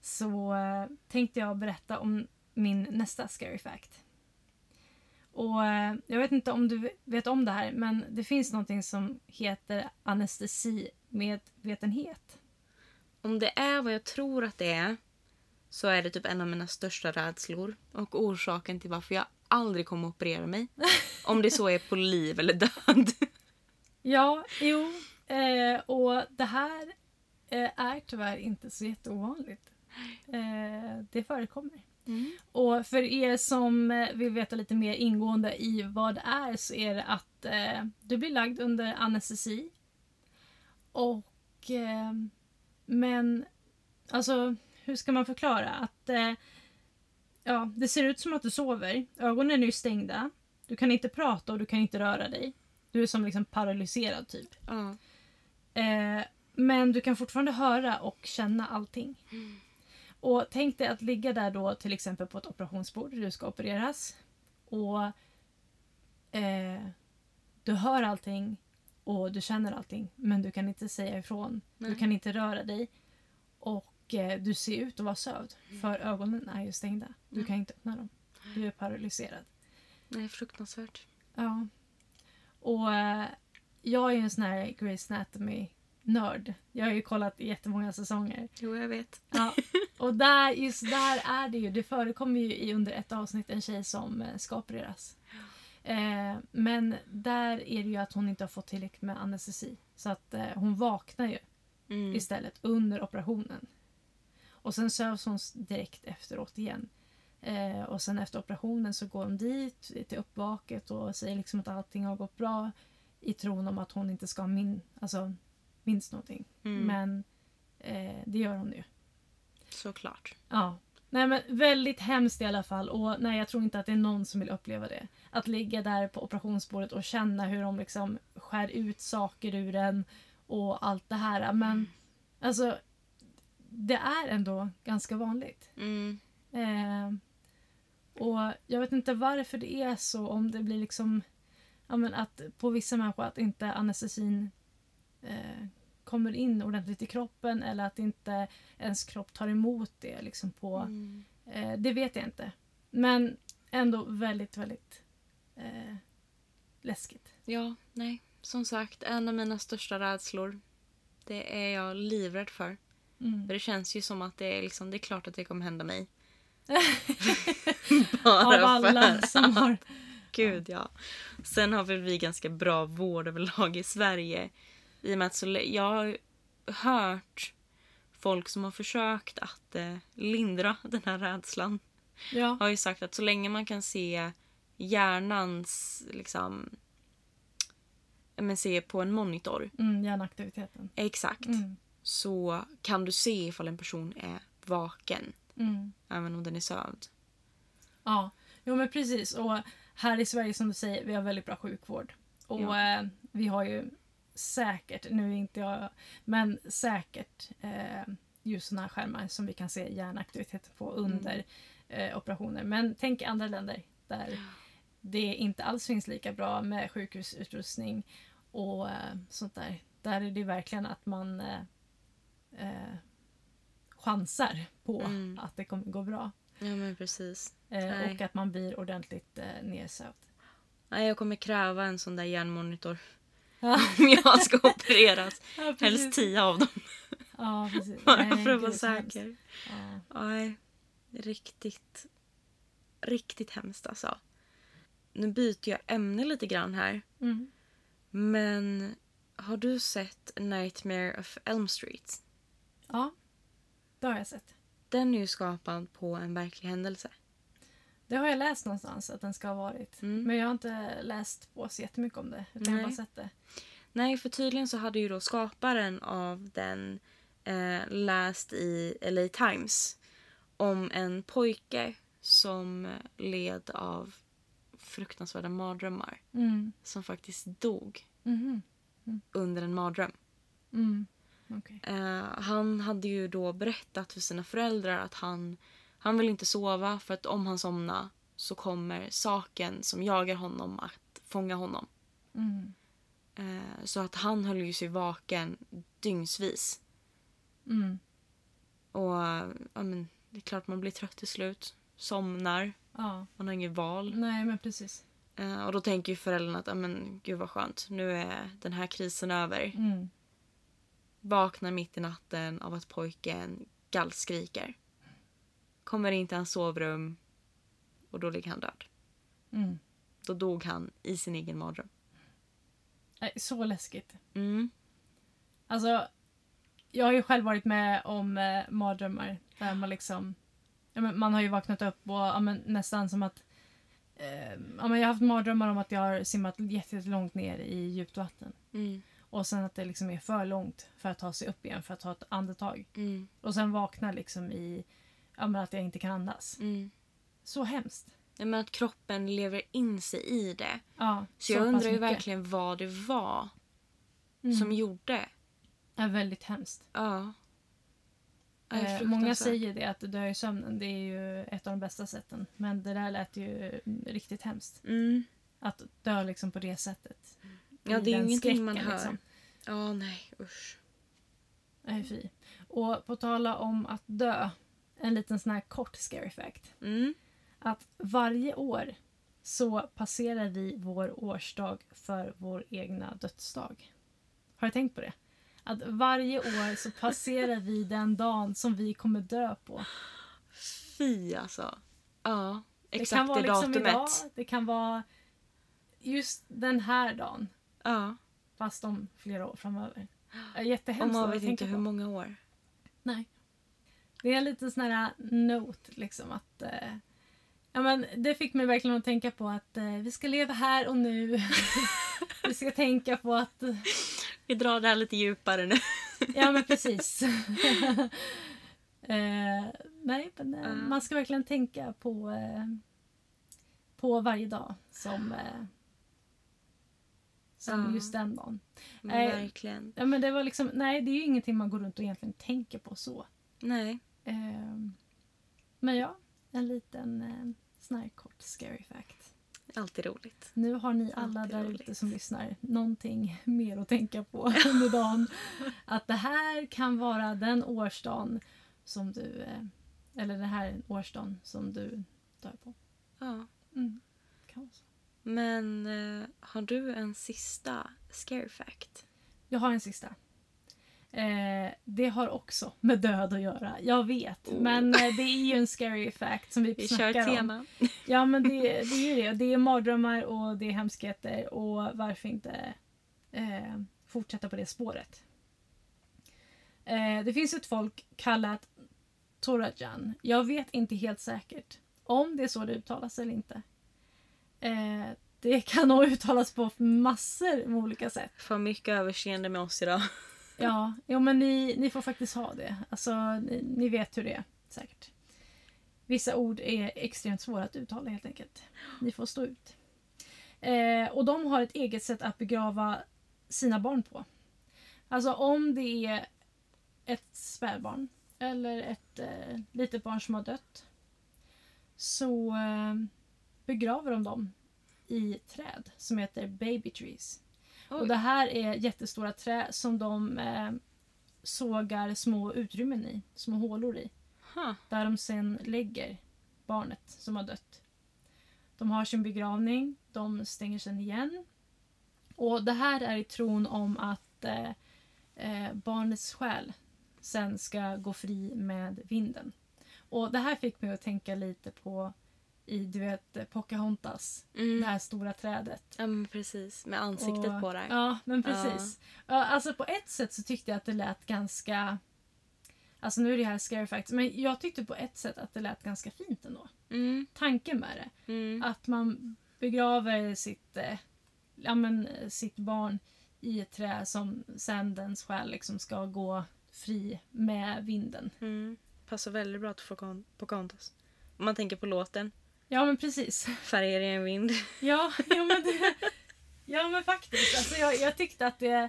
A: Så eh, tänkte jag berätta om min nästa scary fact. Och eh, Jag vet inte om du vet om det här men det finns någonting som heter anestesi medvetenhet.
B: Om det är vad jag tror att det är så är det typ en av mina största rädslor och orsaken till varför jag aldrig kommer att operera mig. Om det så är på liv eller död.
A: Ja, jo. Eh, och det här eh, är tyvärr inte så jätteovanligt. Eh, det förekommer. Och för er som eh, vill veta lite mer ingående i vad det är så är det att eh, du blir lagd under anestesi. Och... Eh, men... Alltså, hur ska man förklara? Att eh, Ja, det ser ut som att du sover. Ögonen är ju stängda. Du kan inte prata och du kan inte röra dig. Du är som liksom paralyserad typ.
B: Ja.
A: Eh, men du kan fortfarande höra och känna allting. Och tänk dig att ligga där då till exempel på ett operationsbord där du ska opereras. Och eh, du hör allting och du känner allting men du kan inte säga ifrån. Du
B: Nej.
A: kan inte röra dig. Och eh, du ser ut att vara sövd för ögonen är ju stängda. Du kan inte öppna dem. Du är paralyserad.
B: Nej, fruktansvärt.
A: Ja. Och eh, jag är ju en sån här Grey's Anatomy-nörd. Jag har ju kollat jättemånga säsonger.
B: Jo, jag vet.
A: Ja. Och där, just där är det ju, det förekommer ju i under ett avsnitt en tjej som eh, ska opereras. Eh, men där är det ju att hon inte har fått tillräckligt med anestesi. Så att eh, hon vaknar ju
B: Mm.
A: istället under operationen. Och sen sövs hon s- direkt efteråt igen. Eh, och sen efter operationen så går de dit till uppvaket och säger liksom att allting har gått bra i tron om att hon inte ska min, alltså, minns någonting.
B: Mm.
A: Men eh, det gör hon ju.
B: Såklart.
A: Ja. Nej men väldigt hemskt i alla fall och nej jag tror inte att det är någon som vill uppleva det. Att ligga där på operationsbordet och känna hur de liksom skär ut saker ur en och allt det här. Men alltså det är ändå ganska vanligt.
B: Mm.
A: Eh, och jag vet inte varför det är så om det blir liksom ja, men att på vissa människor att inte anestesin eh, kommer in ordentligt i kroppen eller att inte ens kropp tar emot det liksom på
B: Mm.
A: Eh, det vet jag inte. Men ändå väldigt, väldigt eh, läskigt.
B: Ja, nej. Som sagt, en av mina största rädslor. Det är jag livrädd för.
A: Mm.
B: För det känns ju som att det är, liksom, det är klart att det kommer hända mig. Bara
A: Av alla
B: för-
A: som har...
B: Gud ja. Sen har väl vi ganska bra vård överlag i Sverige. I och med att så, jag har hört folk som har försökt att eh, lindra den här rädslan.
A: Ja.
B: Har ju sagt att så länge man kan se hjärnans, liksom, ja, men se på en monitor.
A: Mm, hjärnaktiviteten.
B: Exakt.
A: Mm.
B: Så kan du se ifall en person är vaken.
A: Mm.
B: Även om den är sövd.
A: Ja. Jo men precis. Och här i Sverige som du säger, vi har väldigt bra sjukvård. Och
B: Ja.
A: eh, vi har ju säkert, nu är inte jag, men säkert eh, just sådana här skärmar som vi kan se hjärnaktiviteten på
B: Mm.
A: under eh, operationer. Men tänk i andra länder där det inte alls finns lika bra med sjukhusutrustning och eh, sånt där. Där är det verkligen att man eh, eh, chansar på
B: Mm.
A: att det kommer gå bra.
B: Ja men precis.
A: Eh,
B: Nej.
A: och att man blir ordentligt eh, nedsövd.
B: Nej, jag kommer kräva en sån där hjärnmonitor.
A: Ja,
B: om jag ska opereras.
A: precis.
B: Helst tio av dem
A: typ. Ja, precis.
B: bara
A: Nej,
B: för att
A: gud,
B: vara
A: så hemskt.
B: säker.
A: Ja.
B: Nej, riktigt, riktigt hemskt alltså. Nu byter jag ämne lite grann här.
A: Mm.
B: Men har du sett Nightmare of Elm Street?
A: ja, det har jag sett.
B: Den är ju skapad på en verklig händelse.
A: Det har jag läst någonstans att den ska ha varit.
B: Mm.
A: Men jag har inte läst på så jättemycket om det. Utan jag har
B: Nej.
A: bara sett det.
B: Nej, för tydligen så hade ju då skaparen av den eh, läst i LA Times om en pojke som led av fruktansvärda mardrömmar
A: Mm.
B: som faktiskt dog
A: Mhm.
B: under en mardröm.
A: Mm. Okej.
B: Eh, han hade ju då berättat för sina föräldrar att han, han vill inte sova för att om han somnar så kommer saken som jagar honom att fånga honom.
A: Mm.
B: Eh, så att han höll ju sig vaken dygnsvis.
A: Mm.
B: Och eh, ja, men, det är klart man blir trött till slut. Somnar.
A: Ja,
B: Man har inget val.
A: nej men precis.
B: Eh, och då tänker ju föräldrarna att ja, men, gud vad skönt. Nu är den här krisen över.
A: Mm.
B: Vaknar mitt i natten av att pojken gallskriker. Kommer in till hans sovrum. Och då ligger han död.
A: Mm.
B: Då dog han i sin egen mardröm.
A: Nej, så läskigt.
B: Mm.
A: Alltså, jag har ju själv varit med om eh, mardrömmar där man liksom... Ja, men man har ju vaknat upp och ja, men nästan som att... Eh, ja, men jag har haft mardrömmar om att jag har simmat jätte- jättelångt ner i djupt vatten.
B: Mm.
A: Och sen att det liksom är för långt för att ta sig upp igen, för att ta ett andetag.
B: Mm.
A: Och sen vakna liksom i ja, men att jag inte kan andas.
B: Mm.
A: Så hemskt.
B: Nej, men att kroppen lever in sig i det.
A: Ja,
B: Så, jag
A: pass
B: undrar ju
A: mycket.
B: verkligen vad det var
A: Mm.
B: som gjorde.
A: är väldigt hemskt.
B: Ja. Ja, det är
A: Eh, många
B: fruktansvärt.
A: säger det, att dö i sömnen, det är ju ett av de bästa sätten. Men det där lät ju mm, riktigt hemskt.
B: Mm.
A: Att dö liksom på det sättet.
B: Ja,
A: I
B: det är
A: den
B: ingenting man
A: skräcken,
B: hör.
A: liksom.
B: Ja, nej, usch.
A: Nej, fy. Och på tala om att dö, en liten sån här kort scary fact.
B: Mm.
A: Att varje år så passerar vi vår årsdag för vår egna dödsdag. Har du tänkt på det? Att varje år så passerar vi den dagen som vi kommer dö på.
B: Fy alltså. Ja, exakt
A: det kan vara liksom
B: datumet.
A: idag, det kan vara just den här dagen.
B: Ja,
A: Fast om flera år framöver. Det är Jättehemskt
B: och man
A: att
B: vet
A: tänka
B: inte hur
A: på.
B: många år.
A: Nej. Det är en liten sån här note liksom att eh, Ja men det fick mig verkligen att tänka på att eh, vi ska leva här och nu. vi ska tänka på att
B: Vi drar det här lite djupare nu.
A: Ja men precis. eh, nej men eh,
B: Ja.
A: man ska verkligen tänka på eh, på varje dag som eh, som
B: Ja.
A: just den dagen.
B: Men
A: Nej.
B: Verkligen.
A: Ja men det var liksom nej det är ju ingenting man går runt och egentligen tänker på så.
B: Nej.
A: Ehm, men ja, en liten eh, sån här kort scary fact.
B: Alltid roligt.
A: Nu har ni alla
B: Alltid
A: där
B: roligt.
A: ute som lyssnar någonting mer att tänka på under dagen. Att det här kan vara den årsdagen som du... Eh, eller den här årsdagen som du dör på.
B: Ja.
A: Mm. Kan vara så.
B: Men eh, har du en sista scare fact?
A: Jag har en sista. Eh, det har också med död att göra, jag vet.
B: Oh.
A: Men eh, det är ju en scary fact som vi,
B: Vi kör
A: snackar om.
B: tema.
A: Ja men det, det är ju det. Det är mardrömmar och det är hemskheter och varför inte eh, fortsätta på det spåret. Eh, det finns ett folk kallat Torajan. Jag vet inte helt säkert om det är så det uttalas eller inte. Eh, det kan nog uttalas på massor med olika sätt.
B: Får mycket överseende med oss idag.
A: Ja, jo, men ni, ni får faktiskt ha det. Alltså, ni, ni vet hur det är säkert. Vissa ord är extremt svåra att uttala helt enkelt. Ni får stå ut. Eh, och de har ett eget sätt att begrava sina barn på. Alltså om det är ett spädbarn eller ett eh, litet barn som har dött så eh, begraver de dem i träd som heter baby trees.
B: Oj.
A: Och det här är jättestora trä som de eh, sågar små utrymmen i, små hålor i.
B: Ha.
A: Där de sen lägger barnet som har dött. De har sin begravning, de stänger sen igen. Och det här är i tron om att eh, eh, barnets själ sen ska gå fri med vinden. Och det här fick mig att tänka lite på i du vet Pocahontas, det
B: Mm.
A: här stora trädet.
B: Ja, men precis. Med ansiktet
A: Och-
B: på det.
A: Ja, men precis. Ja, Alltså på ett sätt så tyckte jag att det lät ganska... Alltså nu är det här scary facts, men jag tyckte på ett sätt att det lät ganska fint ändå.
B: Mm.
A: Tanken med det.
B: Mm.
A: Att man begraver sitt, eh, ja, men, eh, sitt barn i ett trä som sen dens själ liksom ska gå fri med vinden.
B: Mm. Passar väldigt bra till Pocahon- Pocahontas. Om man tänker på låten.
A: Ja, men precis.
B: Färger i en vind.
A: Ja, ja men, det, ja, men faktiskt. Alltså, jag, jag tyckte att det...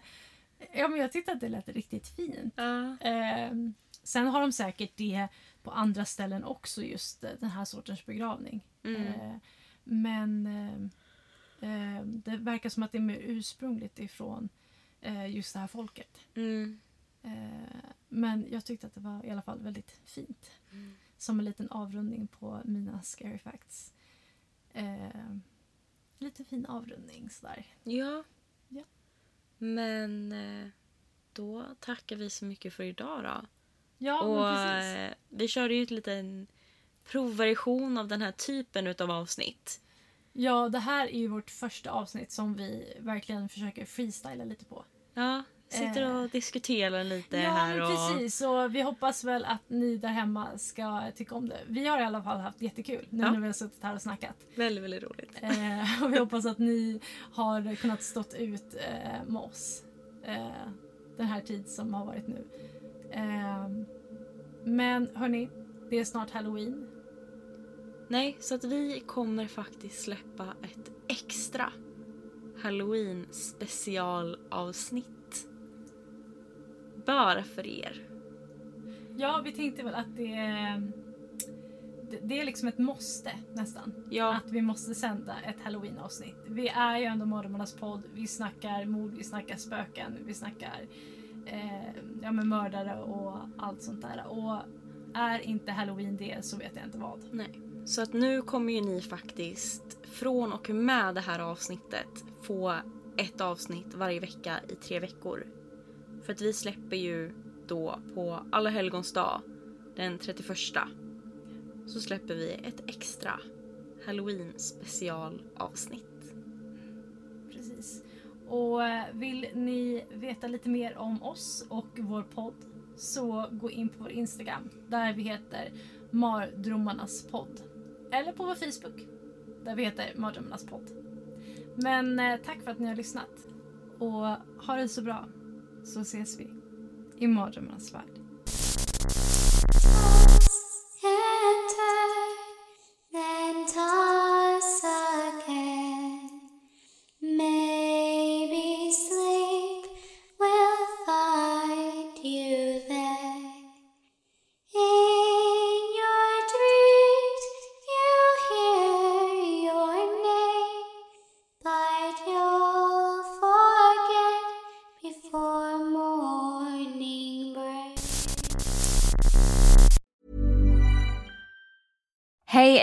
A: Ja, men jag tyckte att det lät riktigt fint.
B: Ja.
A: Ehm, sen har de säkert det på andra ställen också, just eh, den här sortens begravning.
B: Mm.
A: Ehm, men ehm, ehm, det verkar som att det är mer ursprungligt ifrån eh, just det här folket.
B: Mm.
A: Ehm, men jag tyckte att det var i alla fall väldigt fint.
B: Mm.
A: Som en liten avrundning på mina scary facts. Ehm, lite fin avrundning sådär.
B: Ja.
A: Ja.
B: Men eh, då tackar vi så mycket för idag då.
A: Ja,
B: och
A: men precis.
B: eh, vi körde ju ett liten provversion av den här typen utav avsnitt.
A: Ja, det här är ju vårt första avsnitt som vi verkligen försöker freestyla lite på.
B: Ja, sitter och
A: Eh.
B: diskuterar lite
A: ja,
B: här
A: men
B: och...
A: precis. Och vi hoppas väl att ni där hemma ska tycka om det. Vi har i alla fall haft jättekul nu
B: Ja.
A: när vi har suttit här och snackat.
B: Väldigt, väldigt roligt.
A: Eh, och vi hoppas att ni har kunnat stått ut eh, med oss eh, den här tid som har varit nu. Ehm, Eh, men hörni, det är snart halloween.
B: Nej, så att vi kommer faktiskt släppa ett extra halloween specialavsnitt. Bara för er.
A: Ja, vi tänkte väl att det är, det- det är liksom ett måste nästan.
B: Ja,
A: Att vi måste sända ett halloween-avsnitt. Vi är ju ändå Mormornas podd. Vi snackar mord, vi snackar spöken, vi snackar eh, ja, men mördare och allt sånt där. Och är inte halloween det så vet jag inte vad.
B: nej. Så att nu kommer ju ni faktiskt från och med det här avsnittet få ett avsnitt varje vecka i tre veckor. För att vi släpper ju då på alla helgons dag den 31 så släpper vi ett extra halloween specialavsnitt.
A: Precis. Och eh, vill ni veta lite mer om oss och vår podd så gå in på vår Instagram där vi heter Mardromarnas podd. Eller på vår Facebook där vi heter Mardromarnas podd. Men eh, tack för att ni har lyssnat. Och ha det så bra så ses vi i Mardrömmarnas värld.
C: enter, then toss again. Maybe sleep will find you there. In your dreams, you hear your name, but you'll forget before morning breaks.
D: Hey,